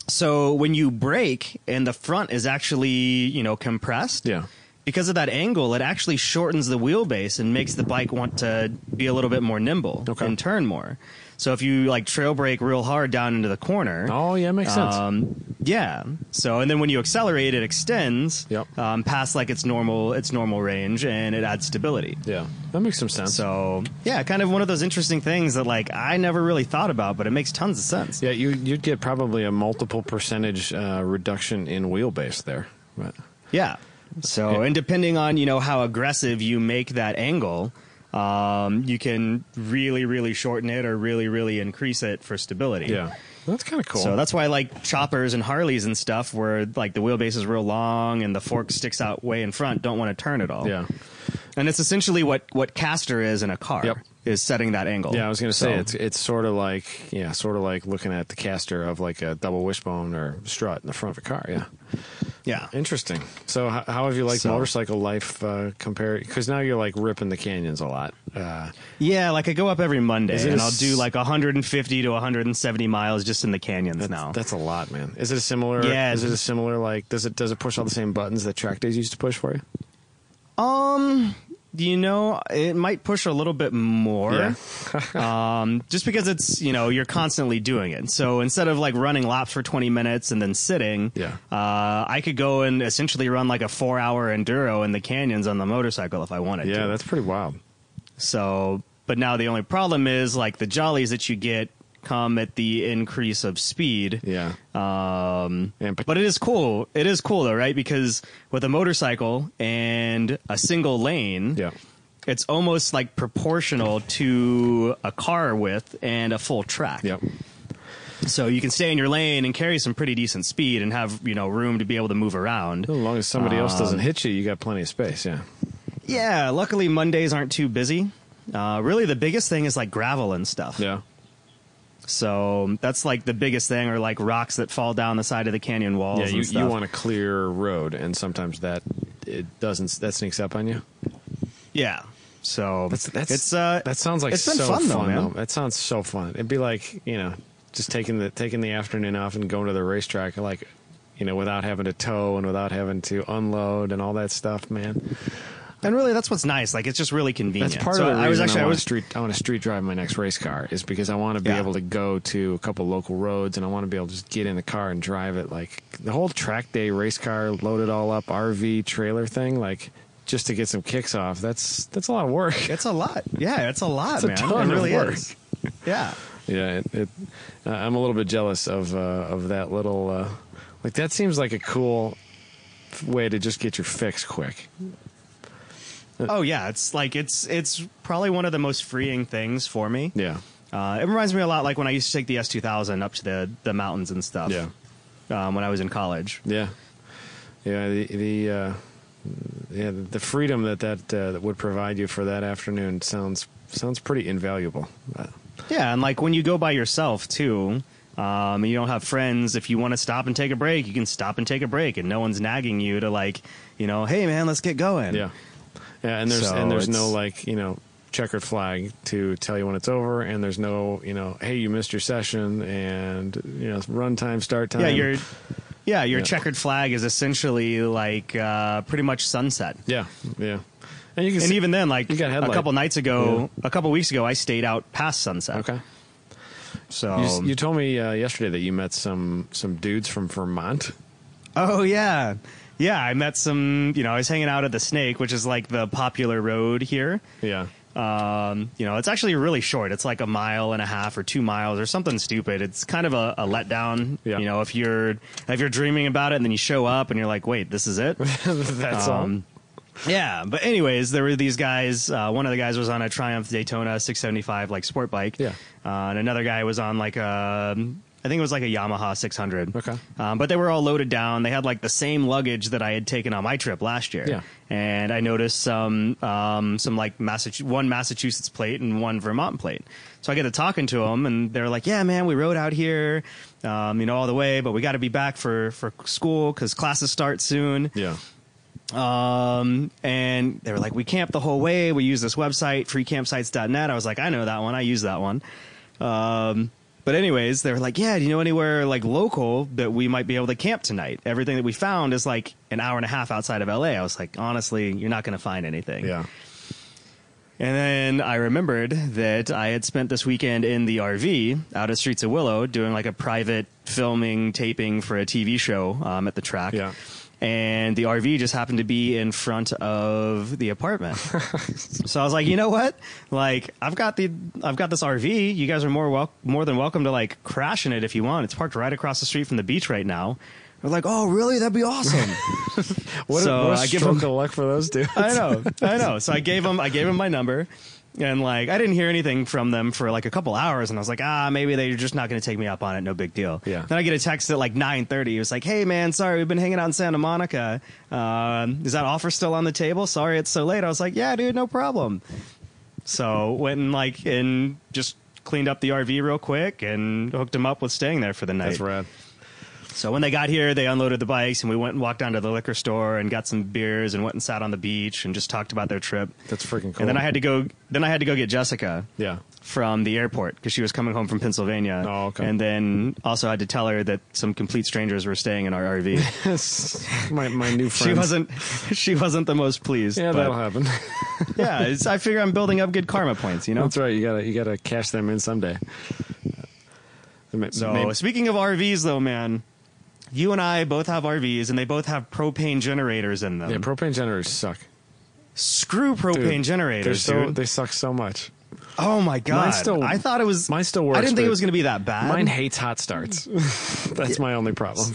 [SPEAKER 1] So when you brake and the front is actually, you know, compressed,
[SPEAKER 2] Yeah.
[SPEAKER 1] because of that angle, it actually shortens the wheelbase and makes the bike want to be a little bit more nimble
[SPEAKER 2] Okay.
[SPEAKER 1] and turn more. So if you like trail brake real hard down into the corner,
[SPEAKER 2] Oh, yeah, makes sense.
[SPEAKER 1] um, yeah. So and then when you accelerate, it extends
[SPEAKER 2] Yep.
[SPEAKER 1] um, past like its normal its normal range, and it adds stability.
[SPEAKER 2] yeah, that makes some sense.
[SPEAKER 1] So yeah, kind of one of those interesting things that like I never really thought about, but it makes tons of sense.
[SPEAKER 2] Yeah, you you'd get probably a multiple percentage uh, reduction in wheelbase there. But
[SPEAKER 1] Yeah. So, and depending on you know how aggressive you make that angle, um, you can really, really shorten it or really, really increase it for stability.
[SPEAKER 2] yeah, that's kind of cool.
[SPEAKER 1] So that's why like choppers and Harleys and stuff, where like the wheelbase is real long and the fork sticks out way in front, don't want to turn at all.
[SPEAKER 2] yeah,
[SPEAKER 1] And it's essentially what what caster is in a car
[SPEAKER 2] Yep.
[SPEAKER 1] is setting that angle.
[SPEAKER 2] yeah. I was gonna say
[SPEAKER 1] So-
[SPEAKER 2] it's it's sort of like yeah, sort of like looking at the caster of like a double wishbone or strut in the front of a car. Yeah,
[SPEAKER 1] yeah.
[SPEAKER 2] interesting. So how, how have you liked
[SPEAKER 1] So-
[SPEAKER 2] motorcycle life uh, compared? Because now you're like ripping the canyons a lot. Uh,
[SPEAKER 1] Yeah, like I go up every Monday
[SPEAKER 2] Is it
[SPEAKER 1] and
[SPEAKER 2] a
[SPEAKER 1] i I'll
[SPEAKER 2] s-
[SPEAKER 1] do like 150 to 170 miles just in the canyons
[SPEAKER 2] that's,
[SPEAKER 1] now.
[SPEAKER 2] that's a lot, man. Is it a similar?
[SPEAKER 1] Yeah.
[SPEAKER 2] Is it a similar like? Does it does it push all the same buttons that track days used to push for you?
[SPEAKER 1] you know, it might push a little bit more. um, just because it's you know you're constantly doing it. So instead of like running laps for 20 minutes and then sitting,
[SPEAKER 2] Yeah.
[SPEAKER 1] uh, I could go and essentially run like a four hour enduro in the canyons on the motorcycle if I wanted
[SPEAKER 2] Yeah,
[SPEAKER 1] to.
[SPEAKER 2] that's pretty wild.
[SPEAKER 1] So, but now the only problem is like the jollies that you get come at the increase of speed.
[SPEAKER 2] Yeah.
[SPEAKER 1] Um,
[SPEAKER 2] And-
[SPEAKER 1] but it is cool. It is cool though, right? Because with a motorcycle and a single lane,
[SPEAKER 2] Yeah.
[SPEAKER 1] it's almost like proportional to a car width and a full track.
[SPEAKER 2] Yep.
[SPEAKER 1] So you can stay in your lane and carry some pretty decent speed and have, you know, room to be able to move around.
[SPEAKER 2] As long as somebody else doesn't hit you, you got plenty of space. Yeah.
[SPEAKER 1] Yeah, luckily Mondays aren't too busy. Uh, really, the biggest thing is like gravel and stuff.
[SPEAKER 2] Yeah.
[SPEAKER 1] So that's like the biggest thing, or like rocks that fall down the side of the canyon walls.
[SPEAKER 2] Yeah.
[SPEAKER 1] and
[SPEAKER 2] You,
[SPEAKER 1] stuff.
[SPEAKER 2] you want a clear road, and sometimes that it doesn't that sneaks up on you.
[SPEAKER 1] Yeah. So
[SPEAKER 2] That's that's
[SPEAKER 1] it's uh
[SPEAKER 2] that sounds like
[SPEAKER 1] it's been
[SPEAKER 2] so
[SPEAKER 1] fun, though, man.
[SPEAKER 2] That sounds so fun. It'd be like you know just taking the taking the afternoon off and going to the racetrack like. You know, without having to tow and without having to unload and all that stuff, man.
[SPEAKER 1] and really that's what's nice. Like it's just really convenient.
[SPEAKER 2] That's part
[SPEAKER 1] So
[SPEAKER 2] of the reason
[SPEAKER 1] I was actually I
[SPEAKER 2] want
[SPEAKER 1] was
[SPEAKER 2] to street. I want to street drive my next race car is because I want to be
[SPEAKER 1] Yeah.
[SPEAKER 2] able to go to a couple local roads and I want to be able to just get in the car and drive it. Like the whole track day race car, load it all up, RV trailer thing, like just to get some kicks off. That's that's a lot of work.
[SPEAKER 1] It's a lot. Yeah, it's a lot,
[SPEAKER 2] It's a
[SPEAKER 1] man.
[SPEAKER 2] ton
[SPEAKER 1] it
[SPEAKER 2] of
[SPEAKER 1] really
[SPEAKER 2] work.
[SPEAKER 1] is. Yeah.
[SPEAKER 2] Yeah, it, it, uh, I'm a little bit jealous of uh, of that little. Uh, like that seems like a cool f- way to just get your fix quick.
[SPEAKER 1] Oh yeah, it's like it's it's probably one of the most freeing things for me.
[SPEAKER 2] Yeah,
[SPEAKER 1] Uh, it reminds me a lot like when I used to take the S two thousand up to the the mountains and stuff.
[SPEAKER 2] Yeah.
[SPEAKER 1] Um, when I was in college.
[SPEAKER 2] Yeah, yeah. The the uh, yeah the freedom that that uh, that would provide you for that afternoon sounds sounds pretty invaluable. Uh,
[SPEAKER 1] Yeah, and like when you go by yourself too, um, and you don't have friends. If you want to stop and take a break, you can stop and take a break, and no one's nagging you to like, you know, hey man, let's get going.
[SPEAKER 2] yeah, yeah. And there's
[SPEAKER 1] So
[SPEAKER 2] and there's no
[SPEAKER 1] it's-
[SPEAKER 2] like you know checkered flag to tell you when it's over, and there's no you know hey you missed your session and you know run time start time.
[SPEAKER 1] yeah, your yeah your
[SPEAKER 2] Yeah.
[SPEAKER 1] checkered flag is essentially like uh, pretty much sunset.
[SPEAKER 2] yeah yeah. And you can
[SPEAKER 1] And
[SPEAKER 2] see,
[SPEAKER 1] even then, like
[SPEAKER 2] You got
[SPEAKER 1] a
[SPEAKER 2] headlight.
[SPEAKER 1] couple nights ago, a couple weeks ago, I stayed out past sunset.
[SPEAKER 2] okay.
[SPEAKER 1] So
[SPEAKER 2] You, s-
[SPEAKER 1] Um,
[SPEAKER 2] you told me uh, yesterday that you met some some dudes from Vermont.
[SPEAKER 1] Oh yeah. Yeah, I met some, you know, I was hanging out at the Snake, which is like the popular road here.
[SPEAKER 2] Yeah.
[SPEAKER 1] Um, you know, it's actually really short. It's like a mile and a half or 2 miles or something stupid. It's kind of a, a letdown,
[SPEAKER 2] Yeah.
[SPEAKER 1] you know, if you're if you're dreaming about it and then you show up and you're like, "Wait, this is it?"
[SPEAKER 2] That's
[SPEAKER 1] Um, yeah, but anyways, there were these guys. Uh, one of the guys was on a Triumph Daytona 675, like sport bike.
[SPEAKER 2] Yeah.
[SPEAKER 1] Uh, and another guy was on like a, I think it was like a Yamaha 600.
[SPEAKER 2] Okay.
[SPEAKER 1] Um, but they were all loaded down. They had like the same luggage that I had taken on my trip last year.
[SPEAKER 2] Yeah.
[SPEAKER 1] And I noticed some, um, some like Massachusetts, one Massachusetts plate and one Vermont plate. So I get to talking to them, and they're like, "Yeah, man, we rode out here, um, you know, all the way, but we got to be back for for school because classes start soon."
[SPEAKER 2] all. Yeah.
[SPEAKER 1] Um, and they were like, we camp the whole way. We use this website, freecampsites.net. I was like, I know that one. I use that one. Um, but anyways, they were like, yeah, do you know anywhere like local that we might be able to camp tonight? Everything that we found is like an hour and a half outside of LA. I was like, honestly, you're not going to find anything.
[SPEAKER 2] Yeah.
[SPEAKER 1] And then I remembered that I had spent this weekend in the RV out at Streets of Willow doing like a private filming taping for a TV show um, at the track.
[SPEAKER 2] Yeah.
[SPEAKER 1] And the RV just happened to be in front of the apartment. so I was like, you know what? Like, I've got the I've got this RV. You guys are more wel- more than welcome to like crash in it if you want. It's parked right across the street from the beach right now. They're like, oh, really? That'd be awesome.
[SPEAKER 2] What,
[SPEAKER 1] So,
[SPEAKER 2] a, what a
[SPEAKER 1] I give
[SPEAKER 2] stroke
[SPEAKER 1] him-
[SPEAKER 2] of luck for those dudes.
[SPEAKER 1] I know, I know. So I gave him, I gave him my number, and like I didn't hear anything from them for like a couple hours, and I was like, ah, maybe they're just not going to take me up on it. No big deal.
[SPEAKER 2] Yeah.
[SPEAKER 1] Then I get a text at like nine thirty. It was like, hey man, sorry, we've been hanging out in Santa Monica. Um, is that offer still on the table? Sorry, it's so late. I was like, yeah, dude, no problem. So went and like and just cleaned up the RV real quick and hooked him up with staying there for the night.
[SPEAKER 2] That's rad.
[SPEAKER 1] So when they got here, they unloaded the bikes and we went and walked down to the liquor store and got some beers and went and sat on the beach and just talked about their trip.
[SPEAKER 2] That's freaking cool.
[SPEAKER 1] And then I had to go. Then I had to go get Jessica
[SPEAKER 2] Yeah.
[SPEAKER 1] from the airport because she was coming home from Pennsylvania.
[SPEAKER 2] Oh, okay.
[SPEAKER 1] And then also had to tell her that some complete strangers were staying in our RV.
[SPEAKER 2] my my new friend.
[SPEAKER 1] she wasn't. She wasn't the most pleased.
[SPEAKER 2] Yeah,
[SPEAKER 1] but
[SPEAKER 2] that'll happen.
[SPEAKER 1] yeah. It's, I figure I'm building up good karma points. You know.
[SPEAKER 2] That's right. You gotta you gotta cash them in someday. Ma-
[SPEAKER 1] So
[SPEAKER 2] maybe-
[SPEAKER 1] speaking of RVs, though, man, you and I both have RVs and they both have propane generators in them.
[SPEAKER 2] yeah, propane generators suck.
[SPEAKER 1] Screw propane
[SPEAKER 2] Dude, They're
[SPEAKER 1] generators,
[SPEAKER 2] so
[SPEAKER 1] dude.
[SPEAKER 2] they suck so much.
[SPEAKER 1] Oh my god!
[SPEAKER 2] still-
[SPEAKER 1] I thought it was.
[SPEAKER 2] mine still
[SPEAKER 1] I
[SPEAKER 2] works,
[SPEAKER 1] didn't think
[SPEAKER 2] but
[SPEAKER 1] it was going to be that bad.
[SPEAKER 2] Mine hates hot starts. That's my only problem.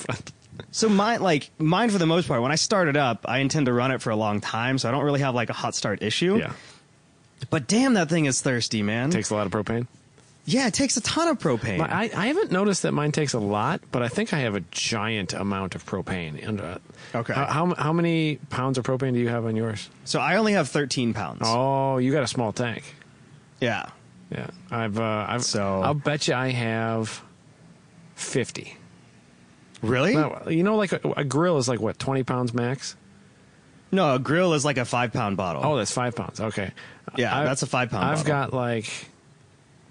[SPEAKER 1] so mine, like mine, for the most part, when I start it up, I intend to run it for a long time, so I don't really have like a hot start issue.
[SPEAKER 2] yeah,
[SPEAKER 1] But damn, that thing is thirsty, man.
[SPEAKER 2] takes a lot of propane.
[SPEAKER 1] yeah, it takes a ton of propane.
[SPEAKER 2] My, I, I haven't noticed that mine takes a lot, but I think I have a giant amount of propane. And uh,
[SPEAKER 1] Okay.
[SPEAKER 2] how, how how many pounds of propane do you have on yours?
[SPEAKER 1] so I only have 13 pounds.
[SPEAKER 2] Oh, you got a small tank.
[SPEAKER 1] Yeah.
[SPEAKER 2] Yeah, I've uh, I've
[SPEAKER 1] So-
[SPEAKER 2] I'll bet you I have fifty.
[SPEAKER 1] Really? No.
[SPEAKER 2] No, you know, like a, a grill is like what twenty pounds max.
[SPEAKER 1] a grill is like a five pound bottle.
[SPEAKER 2] Oh, that's five pounds. Okay.
[SPEAKER 1] Yeah, that's a five-pound
[SPEAKER 2] I've
[SPEAKER 1] bottle.
[SPEAKER 2] got like,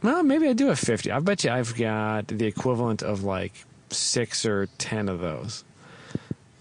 [SPEAKER 2] well, maybe I do have fifty. I bet you I've got the equivalent of like six or ten of those.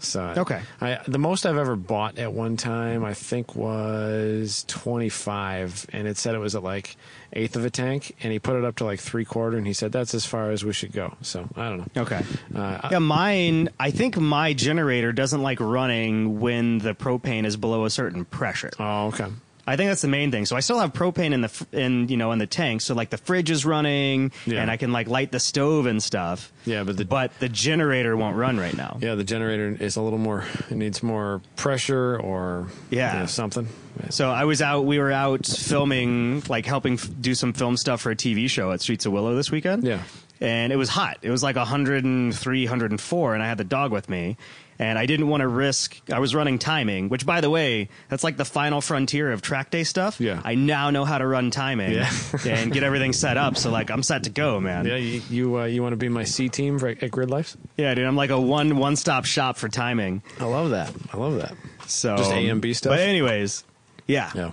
[SPEAKER 2] So
[SPEAKER 1] Okay.
[SPEAKER 2] I, the most I've ever bought at one time, I think, was twenty five, and it said it was at like eighth of a tank, and he put it up to like three quarter, and he said that's as far as we should go. So I don't know.
[SPEAKER 1] Okay.
[SPEAKER 2] Uh, I-
[SPEAKER 1] Yeah, mine. I think my generator doesn't like running when the propane is below a certain pressure.
[SPEAKER 2] oh, okay.
[SPEAKER 1] I think that's the main thing. So I still have propane in the fr- in you know in the tank. So like the fridge is running,
[SPEAKER 2] Yeah.
[SPEAKER 1] and I can like light the stove and stuff.
[SPEAKER 2] Yeah, but the-
[SPEAKER 1] but the generator won't run right now.
[SPEAKER 2] Yeah, the generator is a little more. It needs more pressure or
[SPEAKER 1] Yeah.
[SPEAKER 2] you know, something.
[SPEAKER 1] So I was out. We were out filming, like helping f- do some film stuff for a TV show at Streets of Willow this weekend.
[SPEAKER 2] Yeah.
[SPEAKER 1] And it was hot. It was like 103, 104, and I had the dog with me. And I didn't want to risk. I was running timing, which, by the way, that's like the final frontier of track day stuff.
[SPEAKER 2] Yeah.
[SPEAKER 1] I now know how to run timing
[SPEAKER 2] Yeah.
[SPEAKER 1] and get everything set up. So like, I'm set to go, man.
[SPEAKER 2] Yeah, you you, uh, you want to be my C team for, at Grid Life?
[SPEAKER 1] Yeah, dude. I'm like a one one stop shop for timing.
[SPEAKER 2] I love that. I love that.
[SPEAKER 1] So
[SPEAKER 2] Just A and B stuff?
[SPEAKER 1] But anyways, yeah.
[SPEAKER 2] Yeah.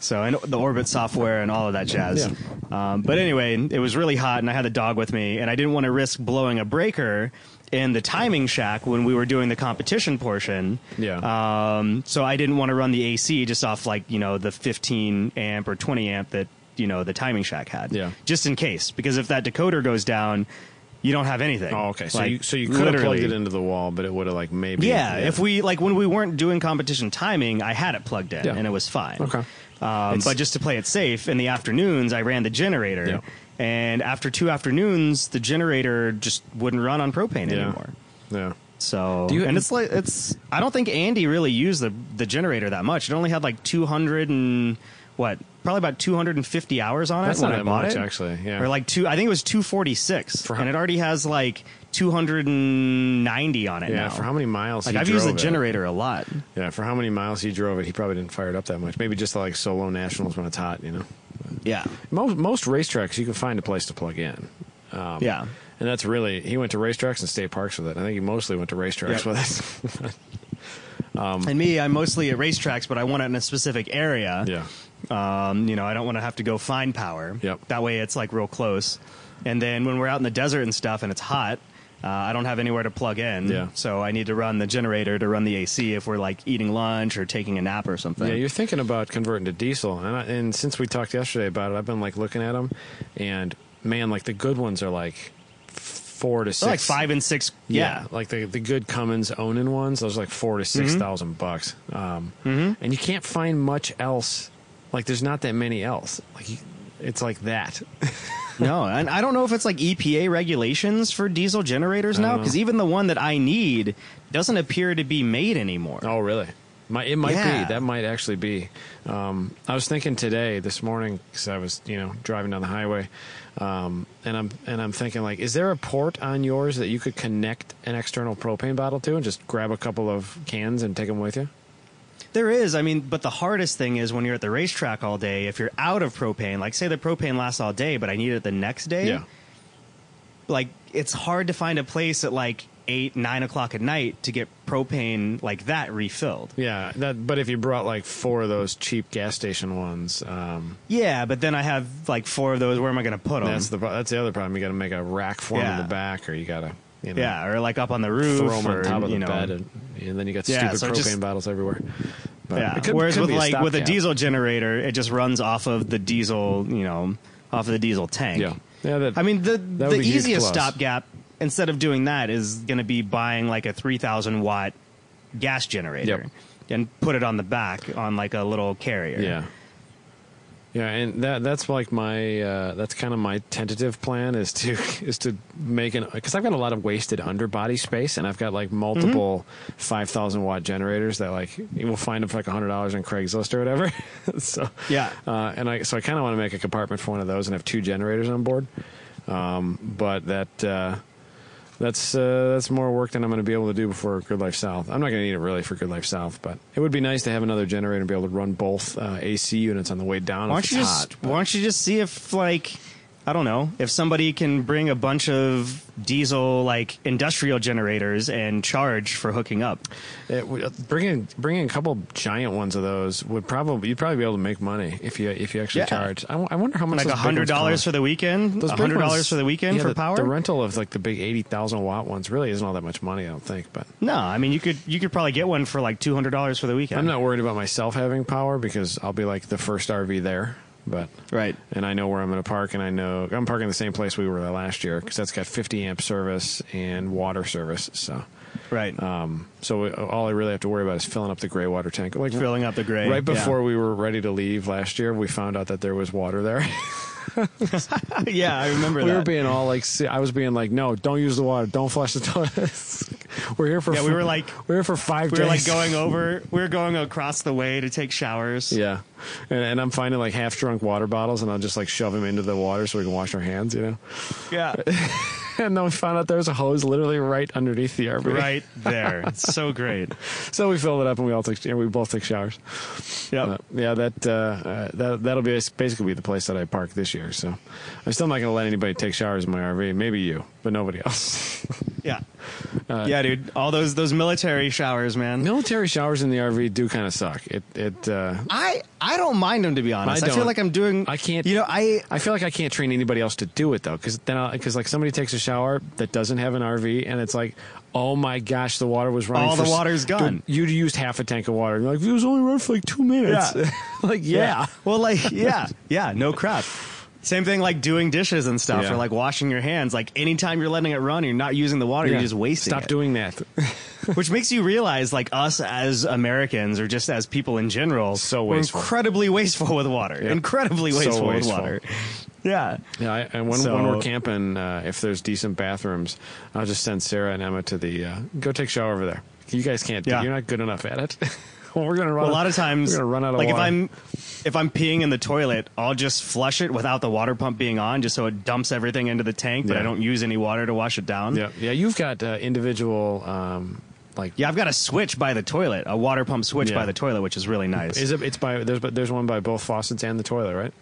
[SPEAKER 1] So and the orbit software and all of that jazz. Um, but anyway, it was really hot, and I had the dog with me, and I didn't want to risk blowing a breaker in the timing shack when we were doing the competition portion.
[SPEAKER 2] Yeah.
[SPEAKER 1] Um, so I didn't want to run the AC just off like you know the 15 amp or 20 amp that you know the timing shack had.
[SPEAKER 2] Yeah.
[SPEAKER 1] Just in case, because if that decoder goes down, you don't have anything.
[SPEAKER 2] Oh, okay. So
[SPEAKER 1] Like,
[SPEAKER 2] you so you could have plugged
[SPEAKER 1] literally.
[SPEAKER 2] it into the wall, but it would have like maybe.
[SPEAKER 1] Yeah, if we like when we weren't doing competition timing, I had it plugged in
[SPEAKER 2] Yeah.
[SPEAKER 1] and it was fine.
[SPEAKER 2] Okay.
[SPEAKER 1] Um,
[SPEAKER 2] It's-
[SPEAKER 1] but just to play it safe, in the afternoons I ran the generator,
[SPEAKER 2] Yeah.
[SPEAKER 1] and after two afternoons, the generator just wouldn't run on propane
[SPEAKER 2] yeah.
[SPEAKER 1] anymore.
[SPEAKER 2] Yeah.
[SPEAKER 1] So
[SPEAKER 2] Do you-
[SPEAKER 1] and it's like it's I don't think Andy really used the the generator that much. It only had like two hundred and what probably about two hundred and fifty hours on it
[SPEAKER 2] That's
[SPEAKER 1] when
[SPEAKER 2] not
[SPEAKER 1] I
[SPEAKER 2] that
[SPEAKER 1] bought
[SPEAKER 2] much,
[SPEAKER 1] it.
[SPEAKER 2] actually, yeah.
[SPEAKER 1] or like two. I think it was two forty six,
[SPEAKER 2] For how-
[SPEAKER 1] and it already has like two hundred and ninety on it
[SPEAKER 2] Yeah.
[SPEAKER 1] now.
[SPEAKER 2] For how many miles?
[SPEAKER 1] Like
[SPEAKER 2] he
[SPEAKER 1] I've used the
[SPEAKER 2] drove it-
[SPEAKER 1] generator a lot.
[SPEAKER 2] Yeah. For how many miles he drove it, he probably didn't fire it up that much. Maybe just like solo nationals when it's hot, you know.
[SPEAKER 1] Yeah.
[SPEAKER 2] Most most racetracks you can find a place to plug in. Um,
[SPEAKER 1] Yeah.
[SPEAKER 2] And that's really he went to racetracks and state parks with it. I think he mostly went to racetracks
[SPEAKER 1] Yep.
[SPEAKER 2] with it. um,
[SPEAKER 1] and me, I'm mostly at racetracks, but I want it in a specific area.
[SPEAKER 2] yeah.
[SPEAKER 1] Um, you know, I don't want to have to go find power.
[SPEAKER 2] Yep.
[SPEAKER 1] That way it's like real close. And then when we're out in the desert and stuff and it's hot, Uh, I don't have anywhere to plug in,
[SPEAKER 2] Yeah.
[SPEAKER 1] so I need to run the generator to run the AC if we're like eating lunch or taking a nap or something.
[SPEAKER 2] Yeah, you're thinking about converting to diesel, and I, and since we talked yesterday about it, I've been like looking at them, and man, like the good ones are like four to six,
[SPEAKER 1] They're like five and six. Yeah, Mm-hmm.
[SPEAKER 2] like the the good Cummins Onan ones. Those are like four to six thousand bucks, um, and you can't find much else. Like there's not that many else. Like you- it's like that.
[SPEAKER 1] no, and I don't know if it's like EPA regulations for diesel generators
[SPEAKER 2] I don't
[SPEAKER 1] now
[SPEAKER 2] know.
[SPEAKER 1] because even the one that I need doesn't appear to be made anymore.
[SPEAKER 2] Oh, really? My, it might
[SPEAKER 1] Yeah.
[SPEAKER 2] be. That might actually be. Um, I was thinking today, this morning, because I was, you know, driving down the highway, um, and I'm and I'm thinking like, is there a port on yours that you could connect an external propane bottle to and just grab a couple of cans and take them with you?
[SPEAKER 1] There is, I mean, but the hardest thing is when you're at the racetrack all day. If you're out of propane, like say the propane lasts all day, but I need it the next day. like it's hard to find a place at like eight nine o'clock at night to get propane like that refilled
[SPEAKER 2] yeah. That. But if you brought like four of those cheap gas station ones, um,
[SPEAKER 1] yeah but then i have like four of those where am i going to put them
[SPEAKER 2] that's the pro- that's the other problem. You got to make a rack for 'em in
[SPEAKER 1] Um. Yeah.
[SPEAKER 2] the back, or you got to, you know,
[SPEAKER 1] yeah or like up on the roof
[SPEAKER 2] throw them
[SPEAKER 1] or,
[SPEAKER 2] on top of the
[SPEAKER 1] you know,
[SPEAKER 2] bed, and, and then you got
[SPEAKER 1] Yeah,
[SPEAKER 2] stupid
[SPEAKER 1] so
[SPEAKER 2] propane
[SPEAKER 1] just-
[SPEAKER 2] bottles everywhere. But
[SPEAKER 1] yeah
[SPEAKER 2] it could-
[SPEAKER 1] whereas
[SPEAKER 2] could
[SPEAKER 1] with
[SPEAKER 2] be
[SPEAKER 1] like with a
[SPEAKER 2] stopgap.
[SPEAKER 1] diesel generator it just runs off of the diesel you know off of the diesel tank
[SPEAKER 2] yeah, yeah. That,
[SPEAKER 1] i mean the
[SPEAKER 2] would
[SPEAKER 1] the
[SPEAKER 2] be a huge
[SPEAKER 1] easiest
[SPEAKER 2] plus.
[SPEAKER 1] stopgap instead of doing that is going to be buying like a 3000 watt gas generator
[SPEAKER 2] Yep.
[SPEAKER 1] and put it on the back on like a little carrier
[SPEAKER 2] yeah, yeah, and that that's like my uh, that's kind of my tentative plan is to is to make an because I've got a lot of wasted underbody space and I've got like multiple
[SPEAKER 1] Mm-hmm.
[SPEAKER 2] thousand watt generators that like you will find them for like hundred dollars on Craigslist or whatever. so
[SPEAKER 1] Yeah.
[SPEAKER 2] uh, and I so I kind of want to make a compartment for one of those and have two generators on board, um, but that. Uh, that's uh, that's more work than I'm going to be able to do before Good Life South. I'm not going to need it really for Good Life South, but it would be nice to have another generator and be able to run both uh, AC units on the way down.
[SPEAKER 1] Why
[SPEAKER 2] if
[SPEAKER 1] don't you
[SPEAKER 2] it's
[SPEAKER 1] just
[SPEAKER 2] hot.
[SPEAKER 1] Why don't you just see if like I don't know if somebody can bring a bunch of diesel like industrial generators and charge for hooking up.
[SPEAKER 2] It would- uh, bringing bringing a couple giant ones of those would probably you'd probably be able to make money if you if you actually
[SPEAKER 1] Yeah.
[SPEAKER 2] charge. I, w- I wonder how much
[SPEAKER 1] Like
[SPEAKER 2] those
[SPEAKER 1] a
[SPEAKER 2] big
[SPEAKER 1] hundred
[SPEAKER 2] ones
[SPEAKER 1] dollars
[SPEAKER 2] cost.
[SPEAKER 1] for the weekend.
[SPEAKER 2] Those
[SPEAKER 1] A
[SPEAKER 2] big
[SPEAKER 1] hundred
[SPEAKER 2] ones-
[SPEAKER 1] dollars for the weekend
[SPEAKER 2] yeah,
[SPEAKER 1] for
[SPEAKER 2] the,
[SPEAKER 1] power.
[SPEAKER 2] The rental of like the big eighty thousand watt ones really isn't all that much money. I don't think, but
[SPEAKER 1] no, I mean you could you could probably get one for like two hundred dollars for the weekend.
[SPEAKER 2] I'm not worried about myself having power because I'll be like the first RV there. But
[SPEAKER 1] Right.
[SPEAKER 2] and I know where I'm going to park, and I know I'm parking the same place we were last year because that's got 50 amp service and water service. So,
[SPEAKER 1] right.
[SPEAKER 2] um, so we- all I really have to worry about is filling up the gray water tank. Like
[SPEAKER 1] Filling up the gray,
[SPEAKER 2] Right
[SPEAKER 1] yeah.
[SPEAKER 2] before we were ready to leave last year, we found out that there was water there.
[SPEAKER 1] yeah, I remember
[SPEAKER 2] we
[SPEAKER 1] that.
[SPEAKER 2] were being all like, si- I was being like, no, don't use the water, don't flush the toilets. we're here for
[SPEAKER 1] Yeah, we were like-
[SPEAKER 2] we're here for five
[SPEAKER 1] we
[SPEAKER 2] days.
[SPEAKER 1] were like going over. We were going across the way to take showers.
[SPEAKER 2] Yeah, and, and I'm finding like half drunk water bottles, and I'll just like shove them into the water so we can wash our hands, you know.
[SPEAKER 1] Yeah,
[SPEAKER 2] And then we found out there was a hose literally right underneath the RV.
[SPEAKER 1] right there. It's so great.
[SPEAKER 2] So we filled it up, and we all took and we both took showers.
[SPEAKER 1] Yep.
[SPEAKER 2] Uh, yeah, that uh, uh, that that'll be basically be the place that I park this year. So I'm still not going to let anybody take showers in my RV. Maybe you, but nobody else.
[SPEAKER 1] Yeah, yeah, dude. All those those military showers, man.
[SPEAKER 2] Military showers in the RV do kind of suck. It it. Uh,
[SPEAKER 1] I I don't mind them to be honest.
[SPEAKER 2] I
[SPEAKER 1] I, feel
[SPEAKER 2] don't.
[SPEAKER 1] like I'm doing.
[SPEAKER 2] I can't-
[SPEAKER 1] You know, I
[SPEAKER 2] I feel like I can't train anybody else to do it though, because then because like somebody takes a shower that doesn't have an RV, and it's like, oh my gosh, the water was running.
[SPEAKER 1] All the
[SPEAKER 2] for s-
[SPEAKER 1] water's gone.
[SPEAKER 2] Dude, you used half a tank of water. And you're like it was only running for like two minutes.
[SPEAKER 1] Yeah.
[SPEAKER 2] like yeah.
[SPEAKER 1] Well, like yeah, yeah. No crap. Same thing like doing dishes and stuff,
[SPEAKER 2] Yeah.
[SPEAKER 1] or like washing your hands. Like anytime you're letting it run, you're not using the water.
[SPEAKER 2] Yeah.
[SPEAKER 1] You're just wasting.
[SPEAKER 2] Stop
[SPEAKER 1] it.
[SPEAKER 2] doing that.
[SPEAKER 1] Which makes you realize, like us as Americans, or just as people in general,
[SPEAKER 2] So
[SPEAKER 1] we're
[SPEAKER 2] wasteful.
[SPEAKER 1] incredibly wasteful with water.
[SPEAKER 2] Yeah.
[SPEAKER 1] Incredibly
[SPEAKER 2] So
[SPEAKER 1] wasteful, with
[SPEAKER 2] wasteful.
[SPEAKER 1] water. Yeah.
[SPEAKER 2] yeah, I, and when,
[SPEAKER 1] So-
[SPEAKER 2] when we're camping, uh, if there's decent bathrooms, I'll just send Sarah and Emma to the uh, go take a shower over there. You guys can't. do
[SPEAKER 1] Yeah.
[SPEAKER 2] it. You're not good enough at it. well, we're gonna run.
[SPEAKER 1] a lot of times
[SPEAKER 2] we're gonna run out of
[SPEAKER 1] like
[SPEAKER 2] water.
[SPEAKER 1] if i'm if i'm peeing in the toilet i'll just flush it without the water pump being on just so it dumps everything into the tank but
[SPEAKER 2] Yeah.
[SPEAKER 1] i don't use any water to wash it down
[SPEAKER 2] Yeah, yeah. You've got uh, individual um, like
[SPEAKER 1] yeah i've got a switch by the toilet a water pump switch
[SPEAKER 2] Yeah.
[SPEAKER 1] by the toilet which is really nice
[SPEAKER 2] Is it? It's by there's but there's one by both faucets and the toilet, right?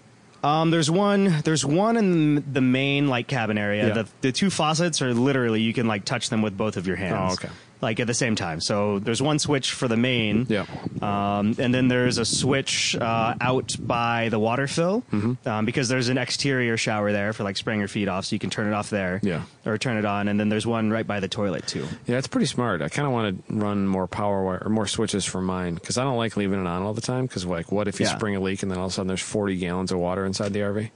[SPEAKER 1] um there's one there's one in the main like cabin area
[SPEAKER 2] Yeah.
[SPEAKER 1] the, the two faucets are literally you can like touch them with both of your hands
[SPEAKER 2] Oh, okay.
[SPEAKER 1] like at the same time. So there's one switch for the main,
[SPEAKER 2] Yeah.
[SPEAKER 1] um, and then there's a switch uh, out by the water fill
[SPEAKER 2] Mm-hmm.
[SPEAKER 1] um, because there's an exterior shower there for like spraying your feet off, so you can turn it off there,
[SPEAKER 2] Yeah.
[SPEAKER 1] or turn it on, and then there's one right by the toilet too.
[SPEAKER 2] Yeah, it's pretty smart. I kind of want to run more power wire or more switches for mine because I don't like leaving it on all the time. Because like, what if you
[SPEAKER 1] Yeah.
[SPEAKER 2] spring a leak and then all of a sudden there's 40 gallons of water inside the RV?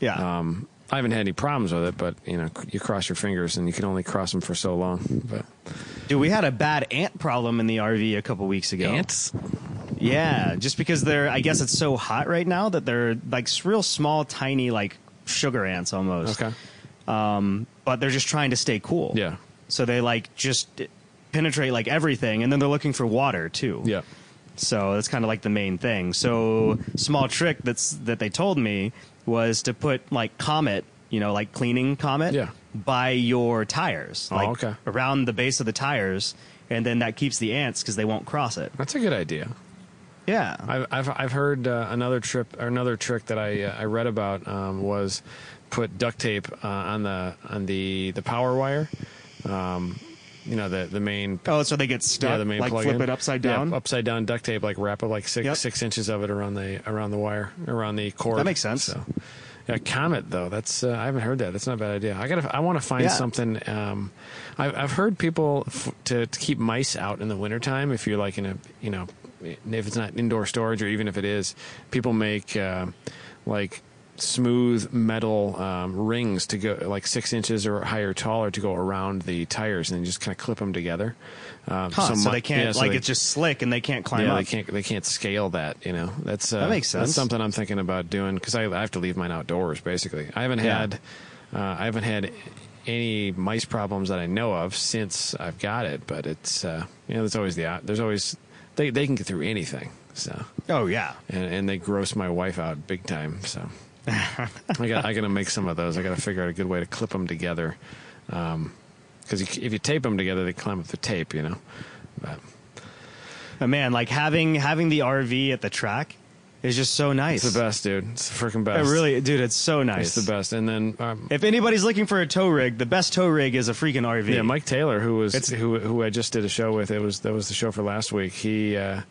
[SPEAKER 1] Yeah,
[SPEAKER 2] Um, I haven't had any problems with it, but you know, c- you cross your fingers and you can only cross them for so long. But
[SPEAKER 1] dude, we had a bad ant problem in the RV a couple weeks ago. Yeah, just because they're, I guess it's so hot right now that they're like s- real small, tiny, like sugar ants almost.
[SPEAKER 2] Okay.
[SPEAKER 1] Um, but they're just trying to stay cool.
[SPEAKER 2] Yeah.
[SPEAKER 1] So they like just penetrate like everything and then they're looking for water too.
[SPEAKER 2] Yeah.
[SPEAKER 1] So that's kind of like the main thing. So small trick that's that they told me was to put like Comet, you know, like cleaning Comet
[SPEAKER 2] Yeah.
[SPEAKER 1] by your tires,
[SPEAKER 2] Oh,
[SPEAKER 1] like
[SPEAKER 2] okay.
[SPEAKER 1] around the base of the tires and then that keeps the ants cuz they won't cross it.
[SPEAKER 2] That's a good idea.
[SPEAKER 1] Yeah.
[SPEAKER 2] I've I've, I've heard uh, another trip or another trick that I uh, I read about um, was put duct tape uh, on the on the the power wire, um, you know the the main
[SPEAKER 1] Oh, so they get stuck.
[SPEAKER 2] yeah the main
[SPEAKER 1] like
[SPEAKER 2] plug
[SPEAKER 1] flip
[SPEAKER 2] in.
[SPEAKER 1] it upside
[SPEAKER 2] Yeah,
[SPEAKER 1] down.
[SPEAKER 2] upside down duct tape like wrap up like six
[SPEAKER 1] Yep.
[SPEAKER 2] six inches of it around the around the wire around the cord.
[SPEAKER 1] That makes sense.
[SPEAKER 2] So, yeah, comet though that's uh, I haven't heard that. That's not a bad idea. I gotta I want to find
[SPEAKER 1] Yeah.
[SPEAKER 2] something. Um, I've I've heard people f- to, to keep mice out in the wintertime if you're like in a you know if it's not indoor storage or even if it is people make uh, like smooth metal um, rings to go like six inches or higher taller to go around the tires and then just kind of clip them together um,
[SPEAKER 1] Huh, so,
[SPEAKER 2] mu-
[SPEAKER 1] they can't
[SPEAKER 2] yeah, so
[SPEAKER 1] like
[SPEAKER 2] they-
[SPEAKER 1] it's just slick and they can't climb
[SPEAKER 2] yeah,
[SPEAKER 1] up.
[SPEAKER 2] they can't they can't scale that. You know, that's uh,
[SPEAKER 1] That makes sense.
[SPEAKER 2] That's something I'm thinking about doing because I, I have to leave mine outdoors. Basically, I haven't
[SPEAKER 1] Yeah.
[SPEAKER 2] had uh, I haven't had any mice problems that I know of since I've got it. But it's uh, you know, there's always the out- there's always they they can get through anything. So
[SPEAKER 1] Oh yeah.
[SPEAKER 2] and, and they gross my wife out big time. So I got I gotta make some of those. I gotta figure out a good way to clip them together. Um 'cause because if you tape them together, they climb up the tape. You know, but.
[SPEAKER 1] But man, like having having the RV at the track is just so nice.
[SPEAKER 2] It's the best, dude. It's the freaking
[SPEAKER 1] It
[SPEAKER 2] best.
[SPEAKER 1] really, dude, it's so nice.
[SPEAKER 2] It's the best. And then um,
[SPEAKER 1] If anybody's looking for a tow rig, the best tow rig is a freaking RV.
[SPEAKER 2] yeah, Mike Taylor, who was
[SPEAKER 1] It's-
[SPEAKER 2] who who I just did a show with. It was that was the show for last week. He uh,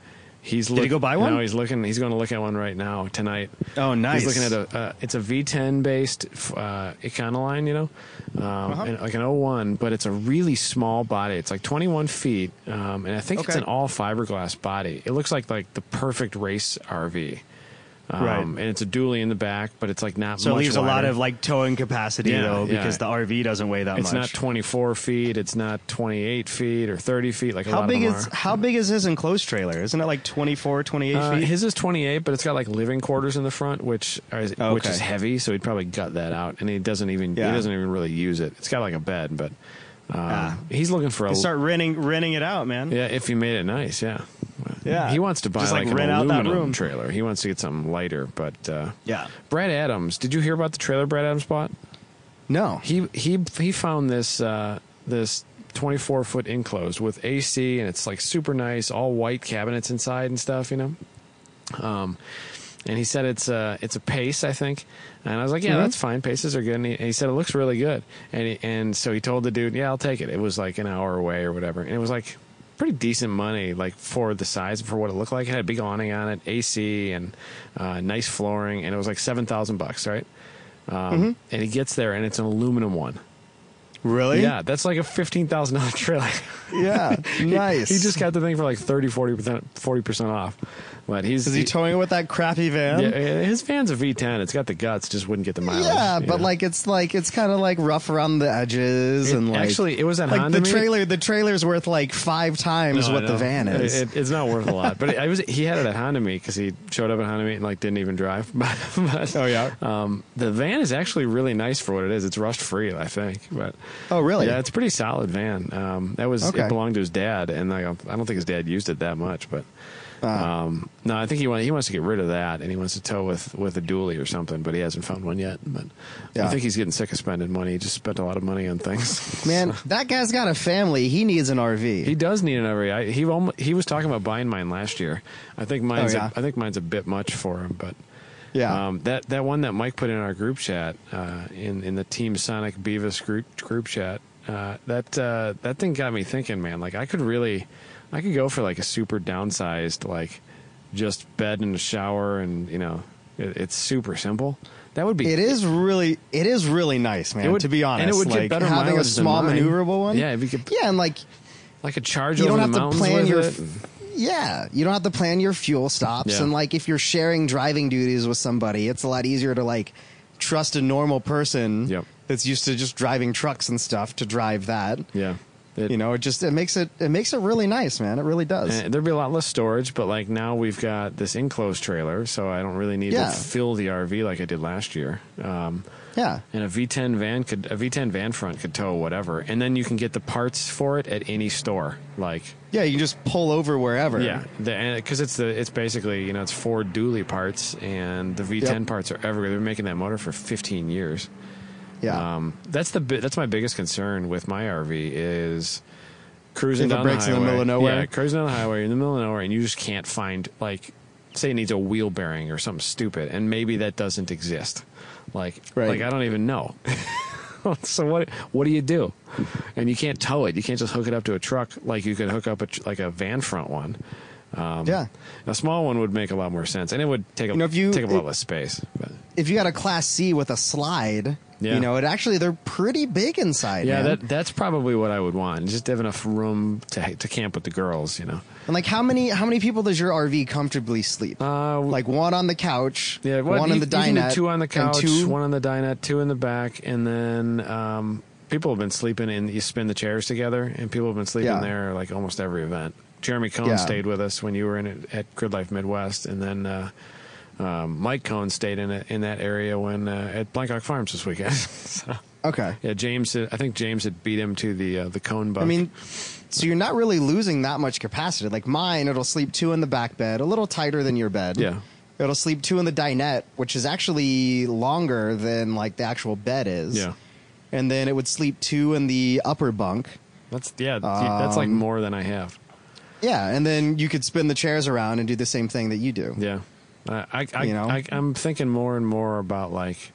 [SPEAKER 2] he's look,
[SPEAKER 1] he go buy one?
[SPEAKER 2] No, he's looking. He's going to look at one right now tonight.
[SPEAKER 1] Oh, nice.
[SPEAKER 2] He's looking at a uh, it's a V10 based uh, Econoline, you know, um,
[SPEAKER 1] Uh-huh.
[SPEAKER 2] and like an 01, but it's a really small body. It's like 21 feet, um, and I think it's
[SPEAKER 1] Okay.
[SPEAKER 2] an all fiberglass body. It looks like like the perfect race RV. Um,
[SPEAKER 1] Right.
[SPEAKER 2] and it's a dually in the back, but it's like not
[SPEAKER 1] so it
[SPEAKER 2] much
[SPEAKER 1] leaves a lot
[SPEAKER 2] wider.
[SPEAKER 1] of like towing capacity
[SPEAKER 2] Yeah,
[SPEAKER 1] though,
[SPEAKER 2] yeah.
[SPEAKER 1] because the RV doesn't weigh that
[SPEAKER 2] it's
[SPEAKER 1] much.
[SPEAKER 2] not 24 feet it's not 28 feet or 30 feet like a
[SPEAKER 1] how
[SPEAKER 2] lot
[SPEAKER 1] big
[SPEAKER 2] of them
[SPEAKER 1] is
[SPEAKER 2] are.
[SPEAKER 1] how big is his enclosed trailer? Isn't it like 24, 28
[SPEAKER 2] Uh,
[SPEAKER 1] feet?
[SPEAKER 2] his is 28 but it's got like living quarters in the front which are, which
[SPEAKER 1] Oh, Okay.
[SPEAKER 2] is heavy so he'd probably gut that out and he doesn't even
[SPEAKER 1] Yeah.
[SPEAKER 2] he doesn't even really use it it's got like a bed but um,
[SPEAKER 1] Ah.
[SPEAKER 2] he's looking for a
[SPEAKER 1] Start renting renting it out, man.
[SPEAKER 2] yeah if you made it nice yeah
[SPEAKER 1] Yeah.
[SPEAKER 2] he wants to buy
[SPEAKER 1] Just,
[SPEAKER 2] like,
[SPEAKER 1] like,
[SPEAKER 2] an
[SPEAKER 1] rent out that
[SPEAKER 2] aluminum
[SPEAKER 1] room.
[SPEAKER 2] trailer he wants to get something lighter but uh,
[SPEAKER 1] Yeah.
[SPEAKER 2] Brad Adams did you hear about the trailer Brad Adams bought
[SPEAKER 1] No.
[SPEAKER 2] he he he found this uh, this 24 foot enclosed with AC and it's like super nice, all white cabinets inside and stuff, you know. Um, and he said it's a it's a pace, I think. And I was like, yeah,
[SPEAKER 1] Mhm.
[SPEAKER 2] that's fine. Paces are good. And he, and he said it looks really good. And he, and so he told the dude, yeah, I'll take it. It was like an hour away or whatever, and it was like pretty decent money, like for the size for what it looked like. It had a big awning on it, AC, and uh, nice flooring, and it was like seven thousand bucks, right? Um, And he gets there, and it's an aluminum one.
[SPEAKER 1] Really?
[SPEAKER 2] Yeah, that's like a fifteen thousand dollar trailer.
[SPEAKER 1] Yeah. nice.
[SPEAKER 2] he just got the thing for like 30 40 percent forty percent off. But he's
[SPEAKER 1] is he towing it with that crappy van?
[SPEAKER 2] yeah, his van's a V10. It's got the guts, just wouldn't get the mileage.
[SPEAKER 1] Yeah,
[SPEAKER 2] you
[SPEAKER 1] but
[SPEAKER 2] know?
[SPEAKER 1] like it's like it's kind of like rough around the edges
[SPEAKER 2] It-
[SPEAKER 1] and like
[SPEAKER 2] actually, it was at
[SPEAKER 1] like
[SPEAKER 2] Honda
[SPEAKER 1] the
[SPEAKER 2] Meet.
[SPEAKER 1] trailer. The trailer's worth like five times
[SPEAKER 2] No, I
[SPEAKER 1] what the
[SPEAKER 2] know.
[SPEAKER 1] van
[SPEAKER 2] It-
[SPEAKER 1] is.
[SPEAKER 2] it- it's not worth a lot. But I was he had it at Honda Meet because he showed up at Honda Meet and like didn't even drive. But, but,
[SPEAKER 1] Oh, yeah?
[SPEAKER 2] um, the van is actually really nice for what it is. It's rust free, I think. But
[SPEAKER 1] Oh, really?
[SPEAKER 2] Yeah, it's a pretty solid van. Um, that was it
[SPEAKER 1] Okay.
[SPEAKER 2] belonged to his dad, and like, I don't think his dad used it that much. But
[SPEAKER 1] Ah.
[SPEAKER 2] um, no, I think he wants he wants to get rid of that, and he wants to tow with with a dually or something. But he hasn't found one yet. But I
[SPEAKER 1] Yeah.
[SPEAKER 2] think he's getting sick of spending money. He just spent a lot of money on things.
[SPEAKER 1] Man, that guy's got a family. He needs an RV.
[SPEAKER 2] He does need an RV. I, he almo- he was talking about buying mine last year. I think mine's
[SPEAKER 1] Oh, yeah.
[SPEAKER 2] a, I think mine's a bit much for him, but
[SPEAKER 1] yeah.
[SPEAKER 2] um, that that one that Mike put in our group chat uh, in in the Team Sonic Beavis group group chat. uh, that uh, that thing got me thinking, man. Like I could really, I could go for like a super downsized, like just bed and a shower, and you know, it, it's super simple. That would be
[SPEAKER 1] It is really, it is really nice, man.
[SPEAKER 2] It would-
[SPEAKER 1] to be honest,
[SPEAKER 2] and it would get
[SPEAKER 1] like
[SPEAKER 2] better
[SPEAKER 1] having a
[SPEAKER 2] mileage than
[SPEAKER 1] small
[SPEAKER 2] mine.
[SPEAKER 1] maneuverable one.
[SPEAKER 2] Yeah, if you could-
[SPEAKER 1] yeah, and like
[SPEAKER 2] like a charge
[SPEAKER 1] you
[SPEAKER 2] over
[SPEAKER 1] don't
[SPEAKER 2] the
[SPEAKER 1] have to
[SPEAKER 2] mountains
[SPEAKER 1] plan
[SPEAKER 2] with
[SPEAKER 1] your
[SPEAKER 2] it.
[SPEAKER 1] yeah you don't have to plan your fuel stops
[SPEAKER 2] Yeah.
[SPEAKER 1] and like if you're sharing driving duties with somebody it's a lot easier to like trust a normal person
[SPEAKER 2] Yep.
[SPEAKER 1] that's used to just driving trucks and stuff to drive that
[SPEAKER 2] yeah, It-
[SPEAKER 1] you know it just it makes it it makes it really nice man it really does
[SPEAKER 2] And Eh, there'd be a lot less storage, but like now we've got this enclosed trailer, so I don't really need
[SPEAKER 1] Yeah.
[SPEAKER 2] to fill the RV like I did last year. Um,
[SPEAKER 1] yeah
[SPEAKER 2] and a V10 van could a V10 van front could tow whatever, and then you can get the parts for it at any store. Like
[SPEAKER 1] yeah you can just pull over wherever
[SPEAKER 2] yeah, because it's the it's basically you know it's Ford dually parts, and the V10
[SPEAKER 1] Yep.
[SPEAKER 2] parts are everywhere. They've been making that motor for 15 years.
[SPEAKER 1] yeah
[SPEAKER 2] Um, that's the bi- that's my biggest concern with my RV is cruising
[SPEAKER 1] The
[SPEAKER 2] down
[SPEAKER 1] brakes
[SPEAKER 2] the
[SPEAKER 1] in the
[SPEAKER 2] highway.
[SPEAKER 1] middle of nowhere.
[SPEAKER 2] Yeah, cruising down the highway in the middle of nowhere, and you just can't find like say it needs a wheel bearing or something stupid, and maybe that doesn't exist. Like
[SPEAKER 1] Right.
[SPEAKER 2] like I don't even know. so what what do you do? And you can't tow it. You can't just hook it up to a truck like you could hook up a, tr- like a van front one. Um,
[SPEAKER 1] Yeah.
[SPEAKER 2] a small one would make a lot more sense, and it would take a,
[SPEAKER 1] You know, if you-
[SPEAKER 2] take up a lot
[SPEAKER 1] it-
[SPEAKER 2] less space. But.
[SPEAKER 1] if you got a class c with a slide
[SPEAKER 2] Yeah.
[SPEAKER 1] you know it actually they're pretty big inside
[SPEAKER 2] Yeah,
[SPEAKER 1] man.
[SPEAKER 2] that that's probably what I would want. Just have enough room to to camp with the girls, you know.
[SPEAKER 1] And like, how many how many people does your RV comfortably sleep?
[SPEAKER 2] Uh, w-
[SPEAKER 1] like one on the couch,
[SPEAKER 2] Yeah, well,
[SPEAKER 1] one
[SPEAKER 2] you,
[SPEAKER 1] on the
[SPEAKER 2] you can do
[SPEAKER 1] dinette,
[SPEAKER 2] two on the
[SPEAKER 1] and
[SPEAKER 2] couch,
[SPEAKER 1] two-
[SPEAKER 2] one on the dinette, two in the back, and then um, people have been sleeping in. You spin the chairs together, and people have been sleeping
[SPEAKER 1] Yeah.
[SPEAKER 2] there like almost every event. Jeremy Cohn
[SPEAKER 1] Yeah.
[SPEAKER 2] stayed with us when you were in it at Grid Life Midwest, and then uh, um, Mike Cohn stayed in it, in that area when uh, at Blancock Farms this weekend. so,
[SPEAKER 1] okay,
[SPEAKER 2] yeah, James. had- I think James had beat him to the uh, the Cohn buck.
[SPEAKER 1] I mean, so you're not really losing that much capacity. Like mine, it'll sleep two in the back bed, a little tighter than your bed.
[SPEAKER 2] Yeah.
[SPEAKER 1] it'll sleep two in the dinette, which is actually longer than like the actual bed is.
[SPEAKER 2] Yeah.
[SPEAKER 1] and then it would sleep two in the upper bunk.
[SPEAKER 2] that's yeah, that's like
[SPEAKER 1] Um,
[SPEAKER 2] more than I have.
[SPEAKER 1] Yeah, and then you could spin the chairs around and do the same thing that you do.
[SPEAKER 2] Yeah, I, I, I,
[SPEAKER 1] You know?
[SPEAKER 2] I I'm thinking more and more about like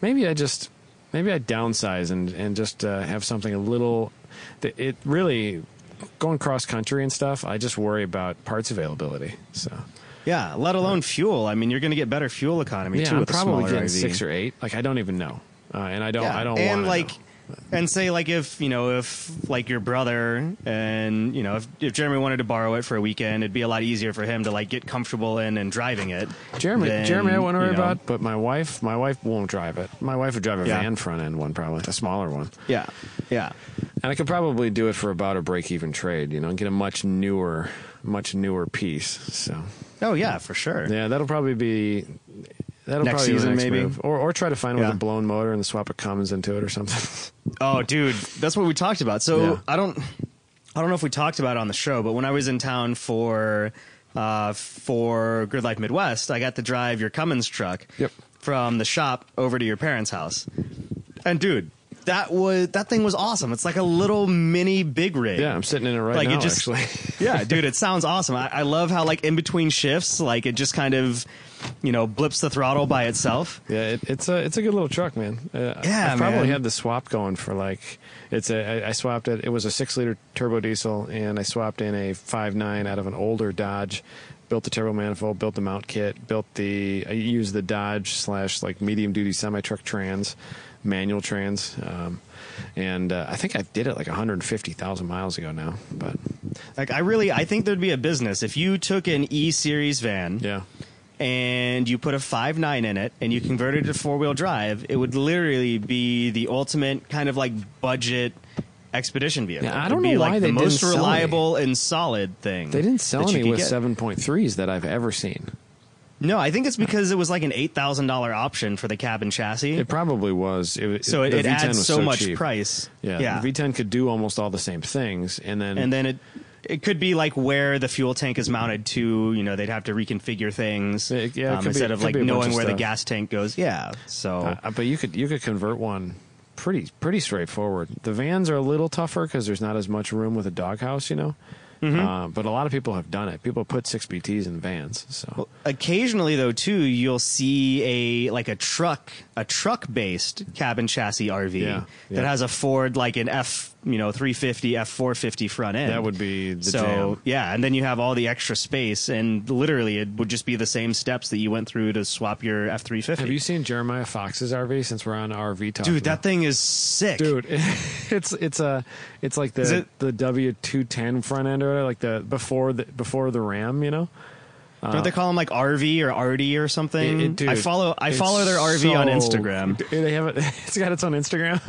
[SPEAKER 2] maybe I just maybe I downsize and and just uh, have something a little. that It really going cross country and stuff. I just worry about parts availability. So
[SPEAKER 1] Yeah, let alone fuel. I mean, you're going to get better fuel economy
[SPEAKER 2] yeah,
[SPEAKER 1] too
[SPEAKER 2] I'm
[SPEAKER 1] with a
[SPEAKER 2] probably
[SPEAKER 1] smaller
[SPEAKER 2] getting
[SPEAKER 1] RV.
[SPEAKER 2] six or eight. Like I don't even know, uh, and I don't I don't
[SPEAKER 1] and
[SPEAKER 2] want
[SPEAKER 1] like and say like if you know if like your brother and you know if, if jeremy wanted to borrow it for a weekend it'd be a lot easier for him to like get comfortable in and driving it
[SPEAKER 2] Jeremy,
[SPEAKER 1] than,
[SPEAKER 2] Jeremy, I want to worry
[SPEAKER 1] you know-
[SPEAKER 2] about, but my wife, my wife won't drive it. My wife would drive a
[SPEAKER 1] Yeah.
[SPEAKER 2] van front end one, probably a smaller one.
[SPEAKER 1] yeah yeah
[SPEAKER 2] And I could probably do it for about a break even trade, you know, and get a much newer, much newer piece. So
[SPEAKER 1] oh yeah for sure
[SPEAKER 2] yeah, that'll probably be that'll
[SPEAKER 1] Next
[SPEAKER 2] probably be the
[SPEAKER 1] season,
[SPEAKER 2] next
[SPEAKER 1] maybe?
[SPEAKER 2] move. or or try to find one with
[SPEAKER 1] Yeah.
[SPEAKER 2] a blown motor and swap a Cummins into it or something.
[SPEAKER 1] Oh, dude, that's what we talked about. So
[SPEAKER 2] Yeah.
[SPEAKER 1] I don't, I don't know if we talked about it on the show, but when I was in town for, uh, for Grid Life Midwest, I got to drive your Cummins truck
[SPEAKER 2] Yep.
[SPEAKER 1] from the shop over to your parents' house, and dude, that was that thing was awesome. It's like a little mini big rig.
[SPEAKER 2] yeah, I'm sitting in it right
[SPEAKER 1] Like, it
[SPEAKER 2] now.
[SPEAKER 1] just-
[SPEAKER 2] actually,
[SPEAKER 1] yeah, dude, it sounds awesome. I, I love how like in between shifts, like it just kind of, you know, blips the throttle by itself.
[SPEAKER 2] yeah, it, it's a it's a good little truck, man. Uh,
[SPEAKER 1] Yeah,
[SPEAKER 2] I've probably
[SPEAKER 1] man.
[SPEAKER 2] had the swap going for like it's a I, I swapped it. It was a six liter turbo diesel, and I swapped in a five nine out of an older Dodge. Built the turbo manifold, built the mount kit, built the I used the Dodge slash like medium duty semi truck trans, manual trans, um, and uh, I think I did it like 150,000 miles ago now. But
[SPEAKER 1] Like I really, I think there'd be a business if you took an E Series van.
[SPEAKER 2] yeah,
[SPEAKER 1] and you put a five nine in it and you converted it to four wheel drive, it would literally be the ultimate kind of like budget expedition vehicle.
[SPEAKER 2] Yeah, I
[SPEAKER 1] It'd
[SPEAKER 2] don't
[SPEAKER 1] be
[SPEAKER 2] know
[SPEAKER 1] like
[SPEAKER 2] why
[SPEAKER 1] the
[SPEAKER 2] they didn't
[SPEAKER 1] most
[SPEAKER 2] sell any.
[SPEAKER 1] reliable and solid thing.
[SPEAKER 2] they didn't sell
[SPEAKER 1] that you
[SPEAKER 2] any
[SPEAKER 1] could
[SPEAKER 2] with
[SPEAKER 1] get.
[SPEAKER 2] 7.3s that I've ever seen.
[SPEAKER 1] No, I think it's because it was like an eight thousand dollar option for the cab and chassis.
[SPEAKER 2] It probably was. It, was-
[SPEAKER 1] so it,
[SPEAKER 2] the
[SPEAKER 1] it
[SPEAKER 2] V10
[SPEAKER 1] adds
[SPEAKER 2] was
[SPEAKER 1] so, much
[SPEAKER 2] cheap.
[SPEAKER 1] price.
[SPEAKER 2] Yeah,
[SPEAKER 1] yeah.
[SPEAKER 2] The V10 could do almost all the same things, and then
[SPEAKER 1] and then it it could be like where the fuel tank is mounted to. You know, they'd have to reconfigure things um,
[SPEAKER 2] Yeah, it- yeah, it could be-
[SPEAKER 1] instead
[SPEAKER 2] it
[SPEAKER 1] of
[SPEAKER 2] could
[SPEAKER 1] like
[SPEAKER 2] be a bunch
[SPEAKER 1] knowing
[SPEAKER 2] of
[SPEAKER 1] where the
[SPEAKER 2] stuff.
[SPEAKER 1] gas tank goes. Yeah, so
[SPEAKER 2] uh, but you could you could convert one pretty pretty straightforward. The vans are a little tougher because there's not as much room with a doghouse, you know.
[SPEAKER 1] Mm-hmm.
[SPEAKER 2] Uh, but a lot of people have done it. People put six BTS in vans, so
[SPEAKER 1] occasionally though too you'll see a like a truck a truck based cabin chassis rv
[SPEAKER 2] Yeah, yeah.
[SPEAKER 1] that has a ford like an f you know 350 F450 front end.
[SPEAKER 2] That would be the
[SPEAKER 1] so
[SPEAKER 2] jam.
[SPEAKER 1] yeah, and then you have all the extra space, and literally it would just be the same steps that you went through to swap your F350.
[SPEAKER 2] Have you seen Jeremiah Fox's RV? Since we're on RV talk,
[SPEAKER 1] Dude, that thing is sick.
[SPEAKER 2] dude, it's it's a it's like
[SPEAKER 1] Is
[SPEAKER 2] the
[SPEAKER 1] it-
[SPEAKER 2] the W two ten front end or whatever, like the before the before the Ram, you know.
[SPEAKER 1] Don't they call them like RV or RD or something?
[SPEAKER 2] It- it- dude,
[SPEAKER 1] Mm, I follow I
[SPEAKER 2] it's
[SPEAKER 1] follow their RV on
[SPEAKER 2] so-
[SPEAKER 1] Instagram.
[SPEAKER 2] They have it. It's got its own Instagram.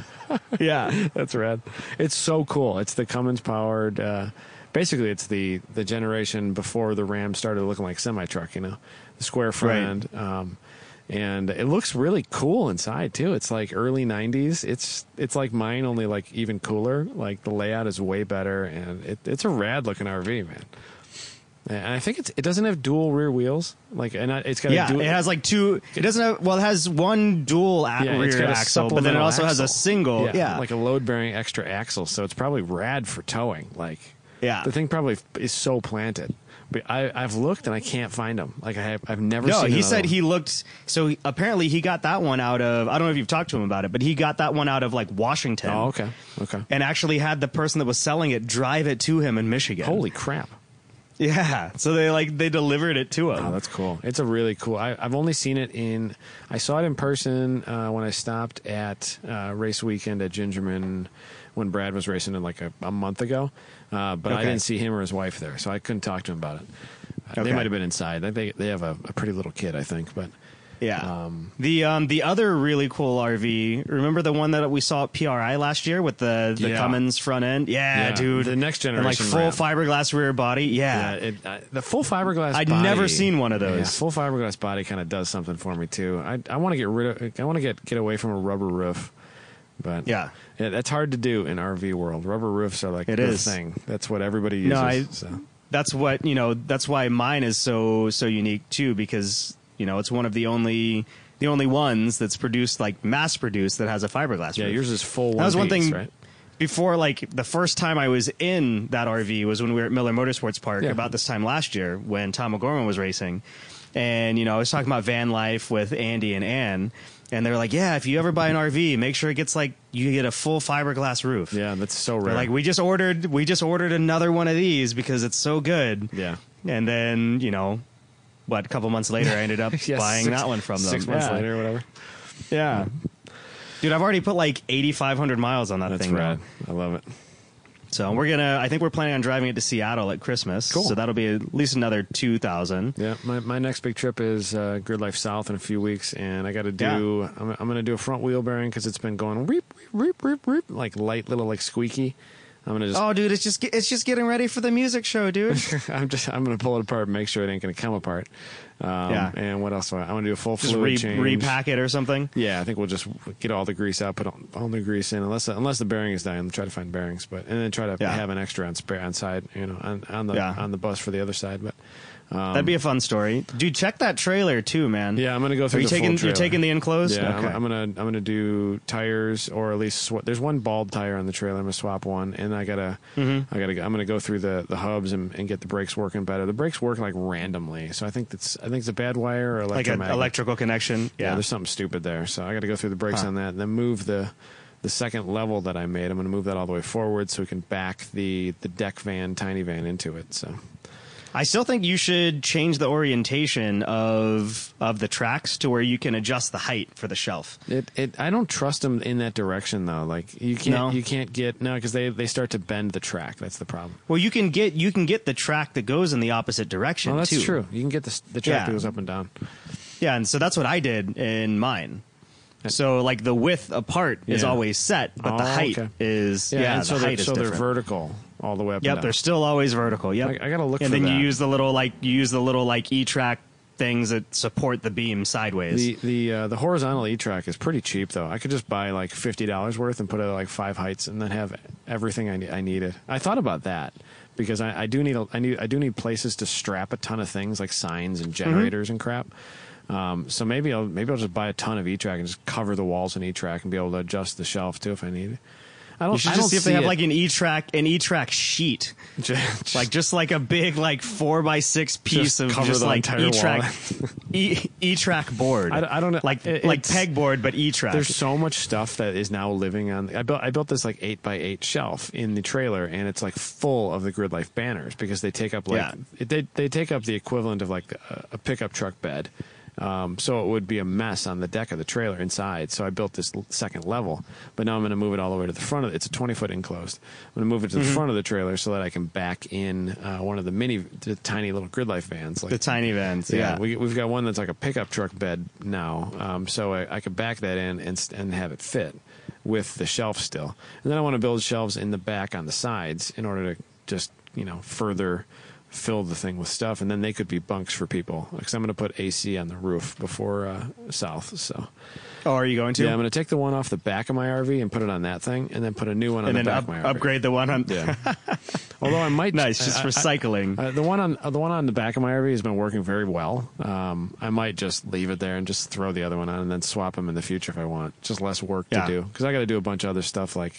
[SPEAKER 1] yeah.
[SPEAKER 2] That's rad. It's so cool. It's the Cummins powered. Uh, basically, it's the the generation before the Ram started looking like semi truck. You know, the square front end. Um, and it looks really cool inside too. It's like early '90s. It's it's like mine, only like even cooler. Like the layout is way better, and it, it's a rad looking RV, man. And I think it's it doesn't have dual rear wheels. Like, and I- it's got
[SPEAKER 1] Yeah,
[SPEAKER 2] a dual,
[SPEAKER 1] it has like two. It doesn't have. Well, it has one dual at
[SPEAKER 2] Yeah, it's
[SPEAKER 1] rear
[SPEAKER 2] got a
[SPEAKER 1] axle, but then it
[SPEAKER 2] supplemental
[SPEAKER 1] also has a
[SPEAKER 2] axle.
[SPEAKER 1] single. Yeah,
[SPEAKER 2] like a load bearing extra axle. So it's probably rad for towing. Like,
[SPEAKER 1] Yeah.
[SPEAKER 2] the thing probably f- is so planted. But I, I've looked and I can't find them. Like I have, I've never.
[SPEAKER 1] no,
[SPEAKER 2] seen
[SPEAKER 1] he
[SPEAKER 2] another
[SPEAKER 1] said
[SPEAKER 2] one.
[SPEAKER 1] he looked. So he- apparently he got that one out of. I don't know if you've talked to him about it, but he got that one out of like Washington.
[SPEAKER 2] Oh, okay, okay.
[SPEAKER 1] And actually had the person that was selling it drive it to him in Michigan.
[SPEAKER 2] Holy crap!
[SPEAKER 1] Yeah. So they like they delivered it to him.
[SPEAKER 2] Oh, that's cool. It's a really cool. I, I've only seen it in. I saw it in person uh, when I stopped at uh, race weekend at Gingerman when Brad was racing it like a, a month ago. Uh, but I
[SPEAKER 1] Okay.
[SPEAKER 2] didn't see him or his wife there, so I couldn't talk to him about it. Uh, They
[SPEAKER 1] Okay.
[SPEAKER 2] might have been inside. They- They they have a, a pretty little kid, I think. But
[SPEAKER 1] Yeah.
[SPEAKER 2] Um,
[SPEAKER 1] the um the other really cool RV. Remember the one that we saw at PRI last year with the the
[SPEAKER 2] Yeah.
[SPEAKER 1] Cummins front end? Yeah,
[SPEAKER 2] Yeah,
[SPEAKER 1] dude.
[SPEAKER 2] the next
[SPEAKER 1] And, like
[SPEAKER 2] generation
[SPEAKER 1] full
[SPEAKER 2] Ram.
[SPEAKER 1] fiberglass rear body.
[SPEAKER 2] yeah,
[SPEAKER 1] Yeah.
[SPEAKER 2] it, I, the full fiberglass.
[SPEAKER 1] I'd
[SPEAKER 2] body-
[SPEAKER 1] never seen one of those.
[SPEAKER 2] Yeah, full fiberglass body kind of does something for me too. I I want to get rid of. I want to get get away from a rubber roof, but
[SPEAKER 1] Yeah.
[SPEAKER 2] that's hard to do in RV world. Rubber roofs are like
[SPEAKER 1] It
[SPEAKER 2] the
[SPEAKER 1] is.
[SPEAKER 2] thing. That's what everybody uses.
[SPEAKER 1] No, I-
[SPEAKER 2] so.
[SPEAKER 1] That's what, you know, that's why mine is so so unique too because, you know, it's one of the only the only ones that's produced like mass produced that has a fiberglass
[SPEAKER 2] Yeah,
[SPEAKER 1] roof.
[SPEAKER 2] yours is full. One
[SPEAKER 1] that was one
[SPEAKER 2] piece,
[SPEAKER 1] thing
[SPEAKER 2] right?
[SPEAKER 1] before like the first time i was in that rv was when we were at miller motorsports park
[SPEAKER 2] Yeah.
[SPEAKER 1] about this time last year when tom o'gorman was racing and you know i was talking about van life with andy and ann and they were like yeah if you ever buy an rv make sure it gets like you get a full fiberglass roof
[SPEAKER 2] Yeah, that's so
[SPEAKER 1] They're
[SPEAKER 2] rare.
[SPEAKER 1] like we just ordered we just ordered another one of these because it's so good
[SPEAKER 2] yeah.
[SPEAKER 1] and then you know what a couple months later i ended up
[SPEAKER 2] Yeah,
[SPEAKER 1] buying
[SPEAKER 2] six-
[SPEAKER 1] that one from them
[SPEAKER 2] Six months
[SPEAKER 1] Yeah.
[SPEAKER 2] later, or whatever.
[SPEAKER 1] yeah dude i've already put like 8500 miles on that
[SPEAKER 2] That's
[SPEAKER 1] thing now.
[SPEAKER 2] rad. I love it.
[SPEAKER 1] So we're gonna. I think we're planning on driving it to Seattle at Christmas.
[SPEAKER 2] Cool.
[SPEAKER 1] So that'll be at least another two thousand.
[SPEAKER 2] Yeah, my, my next big trip is uh, Grid Life South in a few weeks, and I got to do I'm, I'm going to do a front wheel bearing because it's been going reep reep reep reep reep like light little like squeaky. I'm gonna just
[SPEAKER 1] Oh, dude, it's just ge- it's just getting ready for the music show, dude.
[SPEAKER 2] I'm just I'm gonna pull it apart, and make sure it ain't gonna come apart. Um,
[SPEAKER 1] Yeah.
[SPEAKER 2] And what else? Do I, I'm gonna do a full
[SPEAKER 1] just
[SPEAKER 2] fluid
[SPEAKER 1] re-
[SPEAKER 2] change.
[SPEAKER 1] repack it or something.
[SPEAKER 2] Yeah, I think we'll just get all the grease out, put all, all new grease in, unless unless the bearing is dying. Try to find bearings, but and then try to
[SPEAKER 1] Yeah.
[SPEAKER 2] have an extra on spare on side, you know, on, on the
[SPEAKER 1] Yeah.
[SPEAKER 2] on the bus for the other side. But
[SPEAKER 1] That'd be a fun story, dude. Check that trailer too, man.
[SPEAKER 2] Um, Yeah, I'm gonna go
[SPEAKER 1] Are
[SPEAKER 2] through.
[SPEAKER 1] you
[SPEAKER 2] the full
[SPEAKER 1] taking you're
[SPEAKER 2] trailer.
[SPEAKER 1] taking the enclosed?
[SPEAKER 2] Yeah,
[SPEAKER 1] Okay.
[SPEAKER 2] I'm, I'm gonna I'm gonna do tires or at least sw- there's one bald tire on the trailer. I'm gonna swap one, and I gotta I gotta I'm gonna go through the the hubs and, and get the brakes working better. The brakes work like randomly, so I think that's I think it's a bad wire or
[SPEAKER 1] like an
[SPEAKER 2] electromagnet.
[SPEAKER 1] electrical connection.
[SPEAKER 2] yeah.
[SPEAKER 1] Yeah.
[SPEAKER 2] there's something stupid there, so I gotta go through the brakes
[SPEAKER 1] Huh.
[SPEAKER 2] on that, and then move the the second level that I made. I'm gonna move that all the way forward so we can back the the deck van tiny van into it. So
[SPEAKER 1] I still think you should change the orientation of of the tracks to where you can adjust the height for the shelf.
[SPEAKER 2] It, it I don't trust them in that direction though. Like you can't
[SPEAKER 1] No?
[SPEAKER 2] you can't get no because they they start to bend the track. That's the problem.
[SPEAKER 1] Well, you can get you can get the track that goes in the opposite direction.
[SPEAKER 2] Well, Oh, that's
[SPEAKER 1] too.
[SPEAKER 2] true. You can get the s- the track
[SPEAKER 1] Yeah.
[SPEAKER 2] that goes up and down.
[SPEAKER 1] Yeah, and so that's what I did in mine. So like the width apart is
[SPEAKER 2] Yeah.
[SPEAKER 1] always set, but the
[SPEAKER 2] Oh,
[SPEAKER 1] height
[SPEAKER 2] okay.
[SPEAKER 1] is yeah,
[SPEAKER 2] and
[SPEAKER 1] the
[SPEAKER 2] so
[SPEAKER 1] height
[SPEAKER 2] they're,
[SPEAKER 1] is
[SPEAKER 2] so they're
[SPEAKER 1] different.
[SPEAKER 2] vertical all the way up.
[SPEAKER 1] yep,
[SPEAKER 2] and down.
[SPEAKER 1] they're still always vertical. Yep,
[SPEAKER 2] I- I gotta look
[SPEAKER 1] And
[SPEAKER 2] for
[SPEAKER 1] then
[SPEAKER 2] that.
[SPEAKER 1] you use the little like you use the little like e track things that support the beam sideways.
[SPEAKER 2] the the uh, the horizontal e track is pretty cheap though. I could just buy like fifty dollars worth and put it at like five heights and then have everything I, ne- I needed. I thought about that because I, I do need a, I need I do need places to strap a ton of things like signs and
[SPEAKER 1] Mm-hmm.
[SPEAKER 2] generators and crap. Um, so maybe I'll maybe I'll just buy a ton of e track and just cover the walls in e track and be able to adjust the shelf too if I need it. I don't.
[SPEAKER 1] You should
[SPEAKER 2] I
[SPEAKER 1] just
[SPEAKER 2] don't
[SPEAKER 1] see if they have
[SPEAKER 2] it.
[SPEAKER 1] like an E track, an E track sheet,
[SPEAKER 2] Just-
[SPEAKER 1] like just like a big like four by six piece
[SPEAKER 2] Just
[SPEAKER 1] of
[SPEAKER 2] cover
[SPEAKER 1] just
[SPEAKER 2] the
[SPEAKER 1] like
[SPEAKER 2] entire
[SPEAKER 1] E track, E track board.
[SPEAKER 2] I don't- I don't know.
[SPEAKER 1] like
[SPEAKER 2] It-
[SPEAKER 1] like
[SPEAKER 2] it's-
[SPEAKER 1] pegboard, but E track.
[SPEAKER 2] There's so much stuff that is now living on. I built I built this like eight by eight shelf in the trailer, and it's like full of the Grid Life banners because they take up like
[SPEAKER 1] Yeah.
[SPEAKER 2] it- they they take up the equivalent of like a, a pickup truck bed. Um, so it would be a mess on the deck of the trailer inside. So I built this l- second level, but now I'm going to move it all the way to the front of it. It's a 20 foot enclosed. I'm going to move it to the
[SPEAKER 1] Mm-hmm.
[SPEAKER 2] front of the trailer so that I can back in uh, one of the mini, the tiny little grid life vans. Like
[SPEAKER 1] The tiny vans.
[SPEAKER 2] yeah,
[SPEAKER 1] Yeah.
[SPEAKER 2] We, we've got one that's like a pickup truck bed now, um, so I, I could back that in and s- and have it fit with the shelf still. And then I want to build shelves in the back on the sides in order to just you know further fill the thing with stuff, and then they could be bunks for people because I'm going to put AC on the roof before uh, south. So
[SPEAKER 1] oh, are you going to?
[SPEAKER 2] yeah, I'm going to take the one off the back of my RV and put it on that thing, and then put a new one on
[SPEAKER 1] and
[SPEAKER 2] the
[SPEAKER 1] then
[SPEAKER 2] back
[SPEAKER 1] up,
[SPEAKER 2] of my RV.
[SPEAKER 1] upgrade the one on.
[SPEAKER 2] Yeah. Although I might
[SPEAKER 1] Nice, just
[SPEAKER 2] I- I-
[SPEAKER 1] recycling.
[SPEAKER 2] uh, the one on uh, the one on the back of my RV has been working very well. Um, I might just leave it there and just throw the other one on, and then swap them in the future if I want. Just less work
[SPEAKER 1] Yeah.
[SPEAKER 2] to do because I got to do a bunch of other stuff. Like,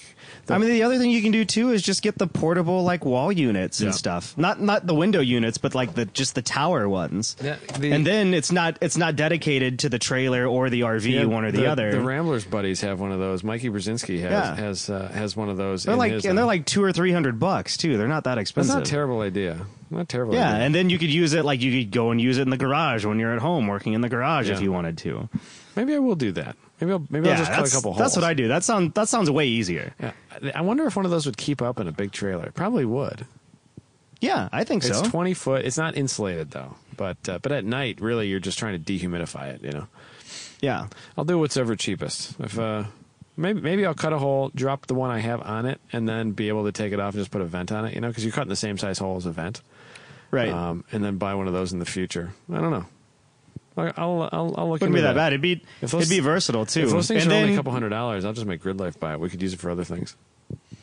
[SPEAKER 2] the,
[SPEAKER 1] I mean, the other thing you can do too is just get the portable like wall units
[SPEAKER 2] Yeah.
[SPEAKER 1] and stuff. Not not the window units, but like the just the tower ones.
[SPEAKER 2] Yeah, the-
[SPEAKER 1] and then it's not it's not dedicated to the trailer or the RV,
[SPEAKER 2] yeah,
[SPEAKER 1] one or the, other.
[SPEAKER 2] The Ramblers buddies have one of those. Mikey Brzezinski has
[SPEAKER 1] Yeah.
[SPEAKER 2] has uh, has one of those.
[SPEAKER 1] they're
[SPEAKER 2] in
[SPEAKER 1] like
[SPEAKER 2] his,
[SPEAKER 1] and they're
[SPEAKER 2] uh,
[SPEAKER 1] like two or three hundred bucks too. They're not that
[SPEAKER 2] that's
[SPEAKER 1] expensive.
[SPEAKER 2] not a terrible idea. Not a terrible.
[SPEAKER 1] Yeah,
[SPEAKER 2] idea.
[SPEAKER 1] and then you could use it like you could go and use it in the garage when you're at home working in the garage if
[SPEAKER 2] Yeah.
[SPEAKER 1] you wanted to.
[SPEAKER 2] maybe I will do that. Maybe I'll maybe
[SPEAKER 1] yeah,
[SPEAKER 2] I'll just cut a
[SPEAKER 1] that's,
[SPEAKER 2] couple holes.
[SPEAKER 1] that's what I do. That sound that sounds way easier.
[SPEAKER 2] Yeah. I- I wonder if one of those would keep up in a big trailer. It Probably would.
[SPEAKER 1] Yeah, I think
[SPEAKER 2] It's
[SPEAKER 1] so.
[SPEAKER 2] twenty foot. It's not insulated though, but uh, but at night, really, you're just trying to dehumidify it. You know,
[SPEAKER 1] yeah,
[SPEAKER 2] I'll do what's ever cheapest. If uh, maybe maybe I'll cut a hole, drop the one I have on it, and then be able to take it off and just put a vent on it. You know, because you're cutting the same size hole as a vent,
[SPEAKER 1] right.
[SPEAKER 2] Um, and then buy one of those in the future. I don't know. I- I'll I'll, I'll look
[SPEAKER 1] Wouldn't
[SPEAKER 2] into
[SPEAKER 1] be that
[SPEAKER 2] that
[SPEAKER 1] bad. It'd be
[SPEAKER 2] If those-
[SPEAKER 1] it'd be versatile too.
[SPEAKER 2] If those things
[SPEAKER 1] and
[SPEAKER 2] are
[SPEAKER 1] then,
[SPEAKER 2] only a couple hundred dollars, I'll just make grid life buy it. We could use it for other things.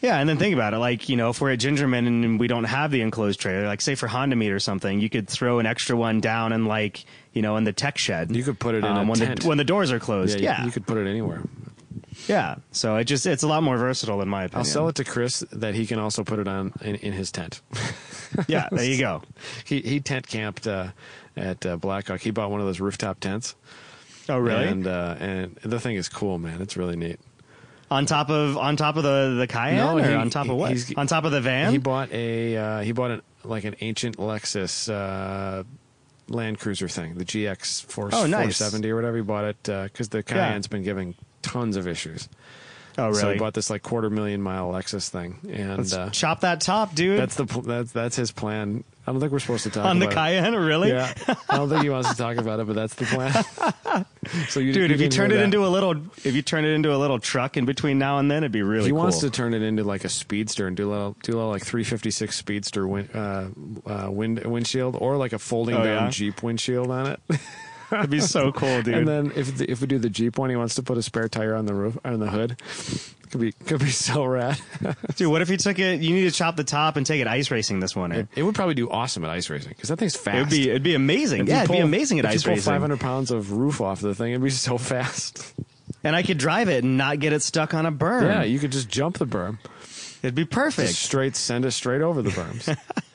[SPEAKER 1] Yeah, and then think about it. Like, you know, if we're at Gingerman and we don't have the enclosed trailer, like say for Honda Meet or something, you could throw an extra one down and like, you know, in the tech shed. Um,
[SPEAKER 2] You could put it in a
[SPEAKER 1] when
[SPEAKER 2] tent.
[SPEAKER 1] the when the doors are closed.
[SPEAKER 2] you-
[SPEAKER 1] Yeah.
[SPEAKER 2] you, could put it anywhere.
[SPEAKER 1] yeah. So it just it's a lot more versatile in my opinion.
[SPEAKER 2] I'll sell it to Chris that he can also put it on in, in his tent.
[SPEAKER 1] Yeah, there you go.
[SPEAKER 2] He he tent camped uh, at uh, Blackhawk. He bought one of those rooftop tents.
[SPEAKER 1] Oh really?
[SPEAKER 2] And uh, and the thing is cool, man. It's really neat.
[SPEAKER 1] on top of on top of the the Cayenne
[SPEAKER 2] No,
[SPEAKER 1] or
[SPEAKER 2] he-
[SPEAKER 1] on top of what?
[SPEAKER 2] he's-
[SPEAKER 1] On top of the van?
[SPEAKER 2] He bought a uh, he bought an like an ancient Lexus uh, Land Cruiser thing, the GX four
[SPEAKER 1] Oh, nice.
[SPEAKER 2] 470 or whatever. He bought it because the Cayenne's been giving tons of issues.
[SPEAKER 1] oh really?
[SPEAKER 2] So he bought this like quarter million mile Lexus thing, and
[SPEAKER 1] Let's
[SPEAKER 2] uh,
[SPEAKER 1] chop that top, dude.
[SPEAKER 2] that's the pl- that's that's his plan. I don't think we're supposed to talk
[SPEAKER 1] on the
[SPEAKER 2] about it.
[SPEAKER 1] Cayenne, really?
[SPEAKER 2] Yeah, I don't think he wants to talk about it, but that's the plan. so you,
[SPEAKER 1] Dude, if you
[SPEAKER 2] can hear
[SPEAKER 1] turn it
[SPEAKER 2] that.
[SPEAKER 1] into a little if you turn it into a little truck in between now and then, it'd be really
[SPEAKER 2] he
[SPEAKER 1] cool.
[SPEAKER 2] wants to turn it into like a speedster and do a little, do a little like 356 speedster win, uh, uh, wind windshield or like a folding
[SPEAKER 1] Oh,
[SPEAKER 2] down
[SPEAKER 1] yeah?
[SPEAKER 2] Jeep windshield on it.
[SPEAKER 1] That'd be so cool, dude.
[SPEAKER 2] and then if the, if we do the Jeep one, he wants to put a spare tire on the roof on the hood. Could be could be so rad.
[SPEAKER 1] Dude, what if you took it? You need to chop the top and take it ice racing this winter.
[SPEAKER 2] it would probably do awesome at ice racing because that thing's fast.
[SPEAKER 1] It would be it'd be amazing.
[SPEAKER 2] If you
[SPEAKER 1] yeah, it'd be
[SPEAKER 2] pull-
[SPEAKER 1] amazing at
[SPEAKER 2] if you
[SPEAKER 1] ice
[SPEAKER 2] pull
[SPEAKER 1] racing.
[SPEAKER 2] 500 pounds of roof off the thing, it'd be so fast.
[SPEAKER 1] And I could drive it and not get it stuck on a berm.
[SPEAKER 2] yeah, you could just jump the berm.
[SPEAKER 1] it'd be perfect.
[SPEAKER 2] Just straight send us straight over the berms.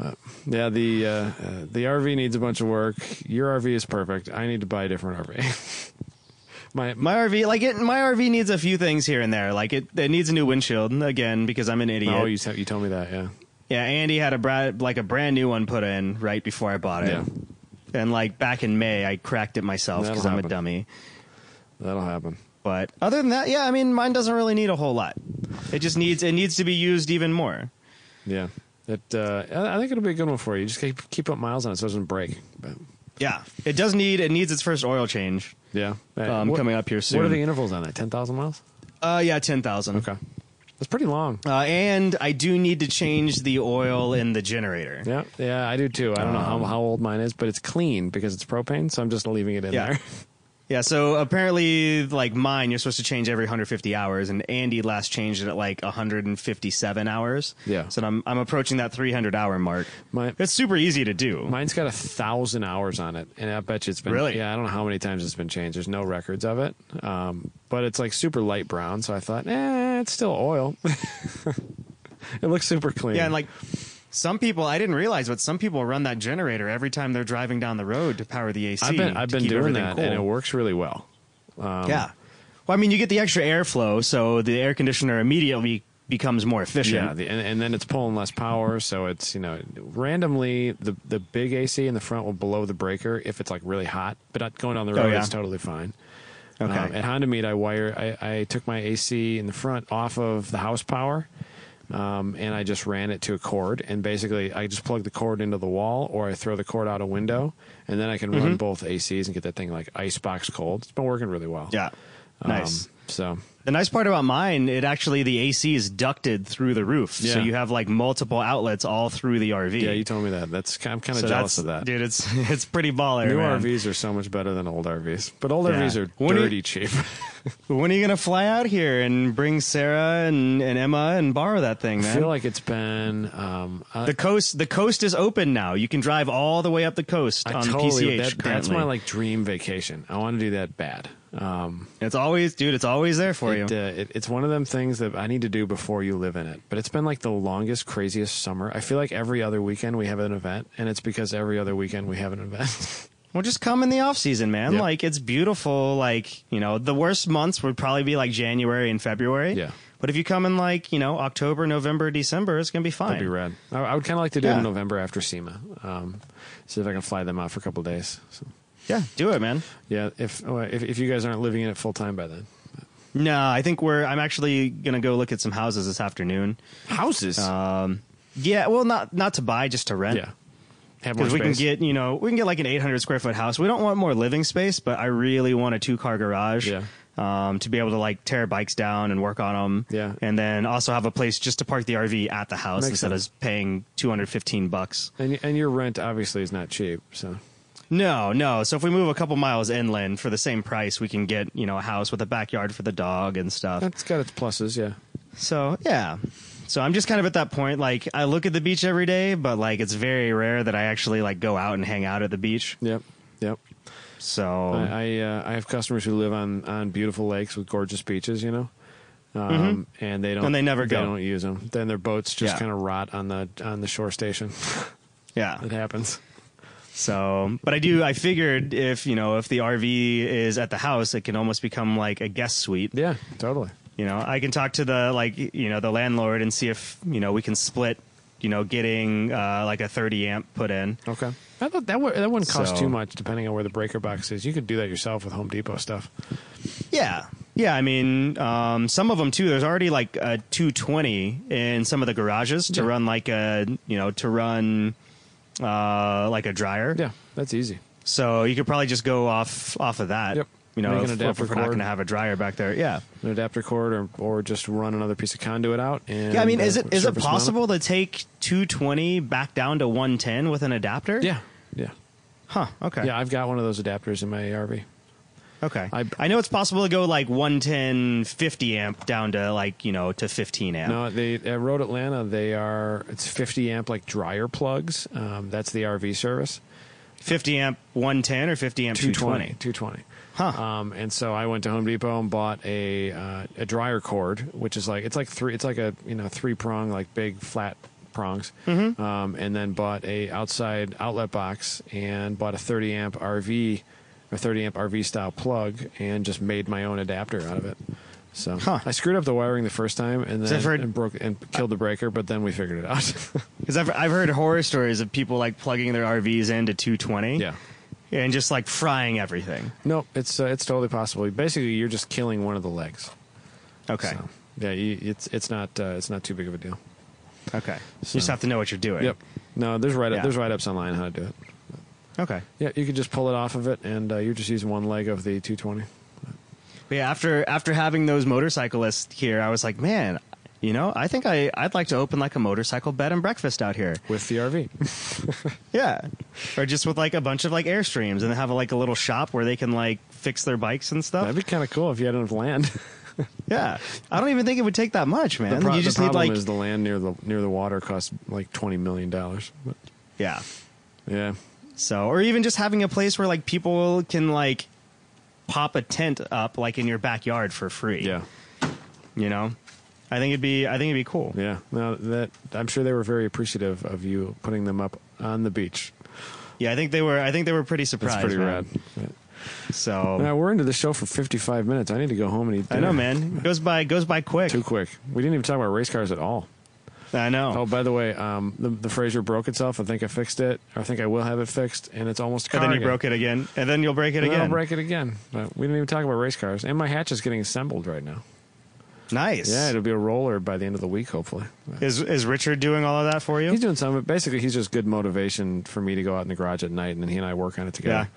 [SPEAKER 2] Uh, yeah, the uh, uh, the RV needs a bunch of work. Your RV is perfect. I need to buy a different RV. my, my
[SPEAKER 1] my RV, like it, my RV needs a few things here and there. Like it, it needs a new windshield again because I'm an idiot.
[SPEAKER 2] oh, you said you told me that. Yeah,
[SPEAKER 1] yeah, Andy had a bra- like a brand new one put in right before I bought it.
[SPEAKER 2] Yeah.
[SPEAKER 1] And like back in May, I cracked it myself
[SPEAKER 2] That'll
[SPEAKER 1] because I'm
[SPEAKER 2] happen.
[SPEAKER 1] a dummy.
[SPEAKER 2] that'll happen.
[SPEAKER 1] But other than that, yeah, I mean, mine doesn't really need a whole lot. It just needs it needs to be used even more.
[SPEAKER 2] Yeah, it. Uh, I I think it'll be a good one for you. Just keep keep up miles on it so it doesn't break. But
[SPEAKER 1] Yeah, it does need it needs its first oil change.
[SPEAKER 2] yeah, Hey,
[SPEAKER 1] Um, coming up here soon.
[SPEAKER 2] What are the intervals on that? Ten thousand miles.
[SPEAKER 1] Uh, yeah, ten thousand.
[SPEAKER 2] Okay, that's pretty long.
[SPEAKER 1] Uh, and I do need to change the oil in the generator.
[SPEAKER 2] Yeah, yeah, I do too. I don't know
[SPEAKER 1] Um,
[SPEAKER 2] how, how old mine is, but it's clean because it's propane, so I'm just leaving it in
[SPEAKER 1] Yeah.
[SPEAKER 2] there.
[SPEAKER 1] Yeah, so apparently, like mine, you're supposed to change every 150 hours, and Andy last changed it at like 157 hours.
[SPEAKER 2] Yeah.
[SPEAKER 1] So I'm I'm approaching that 300 hour mark.
[SPEAKER 2] My-
[SPEAKER 1] it's super easy to do.
[SPEAKER 2] Mine's got a thousand hours on it, and I bet you it's been
[SPEAKER 1] Really?
[SPEAKER 2] Yeah, I don't know how many times it's been changed. There's no records of it, um, but it's like super light brown. So I thought, eh, eh, it's still oil. it looks super clean.
[SPEAKER 1] Yeah, and like some people, I didn't realize, but some people run that generator every time they're driving down the road to power the AC.
[SPEAKER 2] I've been
[SPEAKER 1] to
[SPEAKER 2] I've been
[SPEAKER 1] keep
[SPEAKER 2] doing
[SPEAKER 1] everything
[SPEAKER 2] that,
[SPEAKER 1] cool.
[SPEAKER 2] and it works really well.
[SPEAKER 1] yeah. Well, I mean, you get the extra airflow, so the air conditioner immediately becomes more efficient.
[SPEAKER 2] Yeah, the, and, and then it's pulling less
[SPEAKER 1] Mm-hmm.
[SPEAKER 2] power, so it's you know randomly the the big AC in the front will blow the breaker if it's like really hot, but not going down the
[SPEAKER 1] Oh,
[SPEAKER 2] road
[SPEAKER 1] yeah.
[SPEAKER 2] it's totally fine. Um,
[SPEAKER 1] Okay.
[SPEAKER 2] at Honda Meet, I wire I, I took my AC in the front off of the house power, um, and I just ran it to a cord, and basically I just plug the cord into the wall, or I throw the cord out a window, and then I can
[SPEAKER 1] Mm-hmm.
[SPEAKER 2] run both ACs and get that thing like icebox cold. It's been working really well.
[SPEAKER 1] Yeah.
[SPEAKER 2] Um,
[SPEAKER 1] Nice.
[SPEAKER 2] So
[SPEAKER 1] The nice part about mine, it actually the AC is ducted through the roof, so
[SPEAKER 2] Yeah.
[SPEAKER 1] you have like multiple outlets all through the RV.
[SPEAKER 2] yeah, you told me that. That's I'm kind of
[SPEAKER 1] so
[SPEAKER 2] jealous
[SPEAKER 1] that's
[SPEAKER 2] of that.
[SPEAKER 1] dude. It's it's pretty baller.
[SPEAKER 2] New
[SPEAKER 1] man.
[SPEAKER 2] RVs are so much better than old RVs, but old
[SPEAKER 1] Yeah.
[SPEAKER 2] RVs are
[SPEAKER 1] What do you-
[SPEAKER 2] dirty cheap.
[SPEAKER 1] When are you gonna fly out here and bring Sarah and, and Emma and borrow that thing,
[SPEAKER 2] I
[SPEAKER 1] man?
[SPEAKER 2] feel like it's been um, uh,
[SPEAKER 1] the coast the coast is open now. You can drive all the way up the coast
[SPEAKER 2] I
[SPEAKER 1] on
[SPEAKER 2] totally-
[SPEAKER 1] the PCH.
[SPEAKER 2] that- that's
[SPEAKER 1] currently.
[SPEAKER 2] my like dream vacation. I want to do that bad. Um,
[SPEAKER 1] It's always, dude. It's always there for you.
[SPEAKER 2] it, uh, it, it's one of them things that I need to do before you live in it. But it's been like the longest, craziest summer. I feel like every other weekend we have an event, and it's because every other weekend we have an event.
[SPEAKER 1] Well, just come in the off season, man.
[SPEAKER 2] Yep.
[SPEAKER 1] Like it's beautiful. Like you know, the worst months would probably be like January and February.
[SPEAKER 2] Yeah.
[SPEAKER 1] But if you come in like you know October, November, December, it's gonna be fine.
[SPEAKER 2] That'd be rad. I, I would kind of like to do it
[SPEAKER 1] Yeah.
[SPEAKER 2] in November after SEMA, um, see if I can fly them out for a couple days. So,
[SPEAKER 1] Yeah, do it, man.
[SPEAKER 2] yeah, if, oh, if if you guys aren't living in it full time by then,
[SPEAKER 1] No, I think we're. I'm actually gonna go look at some houses this afternoon.
[SPEAKER 2] houses.
[SPEAKER 1] Um, yeah, well, not not to buy, just to rent.
[SPEAKER 2] Yeah. Have
[SPEAKER 1] Because we can
[SPEAKER 2] space.
[SPEAKER 1] get, you know, we can get like an 800 square foot house. We don't want more living space, but I really want a two car garage.
[SPEAKER 2] Yeah.
[SPEAKER 1] Um, to be able to like tear bikes down and work on them.
[SPEAKER 2] Yeah.
[SPEAKER 1] And then also have a place just to park the RV at the house
[SPEAKER 2] Makes
[SPEAKER 1] instead
[SPEAKER 2] sense.
[SPEAKER 1] of paying 215 bucks.
[SPEAKER 2] and and your rent obviously is not cheap. So
[SPEAKER 1] No, no. So if we move a couple miles inland for the same price, we can get, you know, a house with a backyard for the dog and stuff.
[SPEAKER 2] that's got its pluses. Yeah.
[SPEAKER 1] So yeah. So I'm just kind of at that point. Like I look at the beach every day, but like it's very rare that I actually like go out and hang out at the beach.
[SPEAKER 2] Yep. Yep.
[SPEAKER 1] So
[SPEAKER 2] I I, uh, I have customers who live on on beautiful lakes with gorgeous beaches. You know. Um, And they don't.
[SPEAKER 1] Mm-hmm. And they never go.
[SPEAKER 2] don't use them. Then their boats just
[SPEAKER 1] Yeah.
[SPEAKER 2] kind of rot on the on the shore station.
[SPEAKER 1] yeah.
[SPEAKER 2] it happens.
[SPEAKER 1] So, but I do. I figured if you know if the RV is at the house, it can almost become like a guest suite.
[SPEAKER 2] Yeah. Totally.
[SPEAKER 1] You know, I can talk to the like you know the landlord and see if you know we can split. You know, getting uh, like a 30 amp put in.
[SPEAKER 2] Okay. I thought that one, that wouldn't cost
[SPEAKER 1] So-
[SPEAKER 2] too much, depending on where the breaker box is. You could do that yourself with Home Depot stuff.
[SPEAKER 1] Yeah. Yeah, I mean, um, some of them too. There's already like a 220 in some of the garages to
[SPEAKER 2] Yeah.
[SPEAKER 1] run like a, you know, to run uh, like a dryer.
[SPEAKER 2] Yeah, that's easy.
[SPEAKER 1] So you could probably just go off off of that.
[SPEAKER 2] Yep.
[SPEAKER 1] You know,
[SPEAKER 2] Make
[SPEAKER 1] if,
[SPEAKER 2] an
[SPEAKER 1] if
[SPEAKER 2] adapter
[SPEAKER 1] we're not
[SPEAKER 2] cord.
[SPEAKER 1] going to have a dryer back there. Yeah.
[SPEAKER 2] An adapter cord, or or just run another piece of conduit out. And
[SPEAKER 1] Yeah, I mean,
[SPEAKER 2] uh,
[SPEAKER 1] is it is it
[SPEAKER 2] surface mount
[SPEAKER 1] possible to take 220 back down to 110 with an adapter?
[SPEAKER 2] Yeah, yeah,
[SPEAKER 1] Huh. Okay.
[SPEAKER 2] yeah. I've got one of those adapters in my RV.
[SPEAKER 1] Okay. I,
[SPEAKER 2] I-
[SPEAKER 1] know it's possible to go like 110 50 amp down to like you know to 15 amp.
[SPEAKER 2] No, they at Road Atlanta. They are it's 50 amp like dryer plugs. Um, that's the RV service.
[SPEAKER 1] 50 amp 110 or 50 amp 220.
[SPEAKER 2] 220.
[SPEAKER 1] Huh.
[SPEAKER 2] Um, and so I went to Home Depot and bought a uh, a dryer cord, which is like it's like three. It's like a you know three prong like big flat prongs.
[SPEAKER 1] Mm-hmm.
[SPEAKER 2] Um, and then bought a outside outlet box and bought a 30 amp RV or 30 amp RV style plug and just made my own adapter out of it. So
[SPEAKER 1] Huh.
[SPEAKER 2] I screwed up the wiring the first time and
[SPEAKER 1] I've
[SPEAKER 2] then
[SPEAKER 1] heard-
[SPEAKER 2] and broke and killed the breaker, but then we figured it out.
[SPEAKER 1] Because I've, I've heard horror stories of people like plugging their RVs into 220
[SPEAKER 2] yeah.
[SPEAKER 1] and just like frying everything.
[SPEAKER 2] No, it's uh, it's totally possible. Basically, you're just killing one of the legs.
[SPEAKER 1] Okay.
[SPEAKER 2] So, yeah, you, it's it's not uh, it's not too big of a deal.
[SPEAKER 1] Okay. You just have to know what you're doing.
[SPEAKER 2] No, there's write
[SPEAKER 1] Yeah.
[SPEAKER 2] there's write ups online how to do it.
[SPEAKER 1] Okay.
[SPEAKER 2] Yeah, you could just pull it off of it, and uh, you're just using one leg of the 220.
[SPEAKER 1] But yeah, after after having those motorcyclists here, I was like, man, you know, I think I, I'd like to open like a motorcycle bed and breakfast out here.
[SPEAKER 2] With the RV,
[SPEAKER 1] Yeah. or just with like a bunch of like Airstreams and have like a little shop where they can like fix their bikes and stuff.
[SPEAKER 2] that'd be kind of cool if you had enough land.
[SPEAKER 1] yeah. I don't even think it would take that much, man.
[SPEAKER 2] the pro-
[SPEAKER 1] you just
[SPEAKER 2] the
[SPEAKER 1] need
[SPEAKER 2] problem
[SPEAKER 1] like.
[SPEAKER 2] is the land near the near the water costs like twenty million dollars.
[SPEAKER 1] yeah.
[SPEAKER 2] Yeah,
[SPEAKER 1] So, or even just having a place where like people can like pop a tent up like in your backyard for free.
[SPEAKER 2] yeah,
[SPEAKER 1] You know? I think it'd be I think it'd be cool.
[SPEAKER 2] Yeah, no, that I'm sure they were very appreciative of you putting them up on the beach.
[SPEAKER 1] Yeah, I think they were I think they were pretty surprised.
[SPEAKER 2] That's pretty
[SPEAKER 1] man.
[SPEAKER 2] rad.
[SPEAKER 1] So
[SPEAKER 2] Now we're into the show for 55 minutes. I need to go home and eat.
[SPEAKER 1] I
[SPEAKER 2] dinner.
[SPEAKER 1] know, man. It goes by goes by quick.
[SPEAKER 2] Too quick. We didn't even talk about race cars at all.
[SPEAKER 1] I know.
[SPEAKER 2] Oh, by the way, um, the, the Fraser broke itself. I think I fixed it. I think I will have it fixed, and it's almost. A car
[SPEAKER 1] and then you
[SPEAKER 2] again.
[SPEAKER 1] broke it again, and then you'll break it
[SPEAKER 2] And then
[SPEAKER 1] again.
[SPEAKER 2] I'll break it again. But we didn't even talk about race cars. And my hatch is getting assembled right now.
[SPEAKER 1] Nice.
[SPEAKER 2] Yeah, it'll be a roller by the end of the week, hopefully. But
[SPEAKER 1] Is is Richard doing all of that for you?
[SPEAKER 2] He's doing some of it. Basically, he's just good motivation for me to go out in the garage at night, and then he and I work on it together.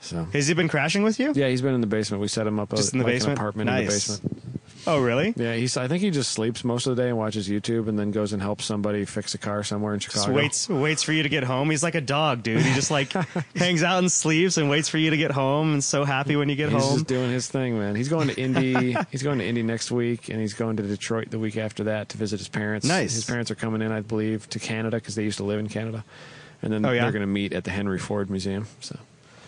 [SPEAKER 2] So.
[SPEAKER 1] Has he been crashing with you?
[SPEAKER 2] Yeah, he's been in the basement. We set him up a,
[SPEAKER 1] Just in the
[SPEAKER 2] like
[SPEAKER 1] basement?
[SPEAKER 2] an apartment in the
[SPEAKER 1] Nice.
[SPEAKER 2] basement.
[SPEAKER 1] Oh, really?
[SPEAKER 2] Yeah, he's. I think he just sleeps most of the day and watches YouTube, and then goes and helps somebody fix a car somewhere in Chicago.
[SPEAKER 1] Just waits waits for you to get home. He's like a dog, dude. He just like hangs out and sleeps and waits for you to get home. And so happy when you get
[SPEAKER 2] He's
[SPEAKER 1] home.
[SPEAKER 2] just doing his thing, man. He's going to Indy. he's going to Indy next week, and he's going to Detroit the week after that to visit his parents.
[SPEAKER 1] Nice.
[SPEAKER 2] His parents are coming in, I believe, to Canada because they used to live in Canada, and then
[SPEAKER 1] Oh, yeah?
[SPEAKER 2] they're going to meet at the Henry Ford Museum. So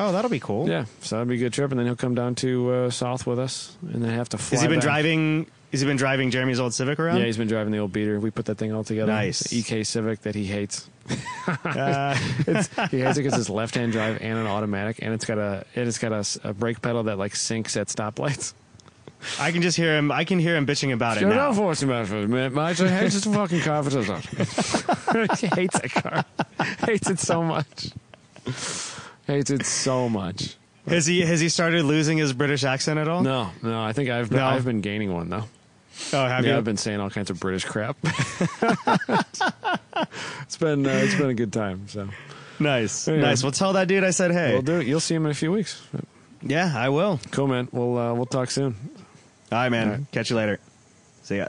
[SPEAKER 1] oh, that'll be cool.
[SPEAKER 2] yeah, so that'd be a good trip, and then he'll come down to uh, South with us, and then have to fly.
[SPEAKER 1] Has he been
[SPEAKER 2] back.
[SPEAKER 1] driving? Has he been driving Jeremy's old Civic around?
[SPEAKER 2] Yeah, he's been driving the old beater. We put that thing all together.
[SPEAKER 1] Nice.
[SPEAKER 2] It's the EK Civic that he hates.
[SPEAKER 1] Uh,
[SPEAKER 2] It's, he hates it because it's left-hand drive and an automatic, and it's got a and it's got a s a a brake pedal that like sinks at stoplights.
[SPEAKER 1] I can just hear him. I can hear him bitching about it
[SPEAKER 2] Shut
[SPEAKER 1] now.
[SPEAKER 2] up, Austin Matthews, man. My son hates this fucking car for this one. He hates that car. hates it so much. Hates it so much.
[SPEAKER 1] Has he has he started losing his British accent at all?
[SPEAKER 2] No, no. I think I've been,
[SPEAKER 1] No.
[SPEAKER 2] I've been gaining one though.
[SPEAKER 1] Oh, have
[SPEAKER 2] yeah,
[SPEAKER 1] you?
[SPEAKER 2] I've been saying all kinds of British crap. it's been uh, it's been a good time. So
[SPEAKER 1] Nice,
[SPEAKER 2] Anyway.
[SPEAKER 1] nice. Well, tell that dude I said hey.
[SPEAKER 2] we'll do it. You'll see him in a few weeks.
[SPEAKER 1] Yeah, I will. All
[SPEAKER 2] Cool, man. We'll uh, we'll talk soon.
[SPEAKER 1] right, man.
[SPEAKER 2] All right.
[SPEAKER 1] Catch you later. See ya.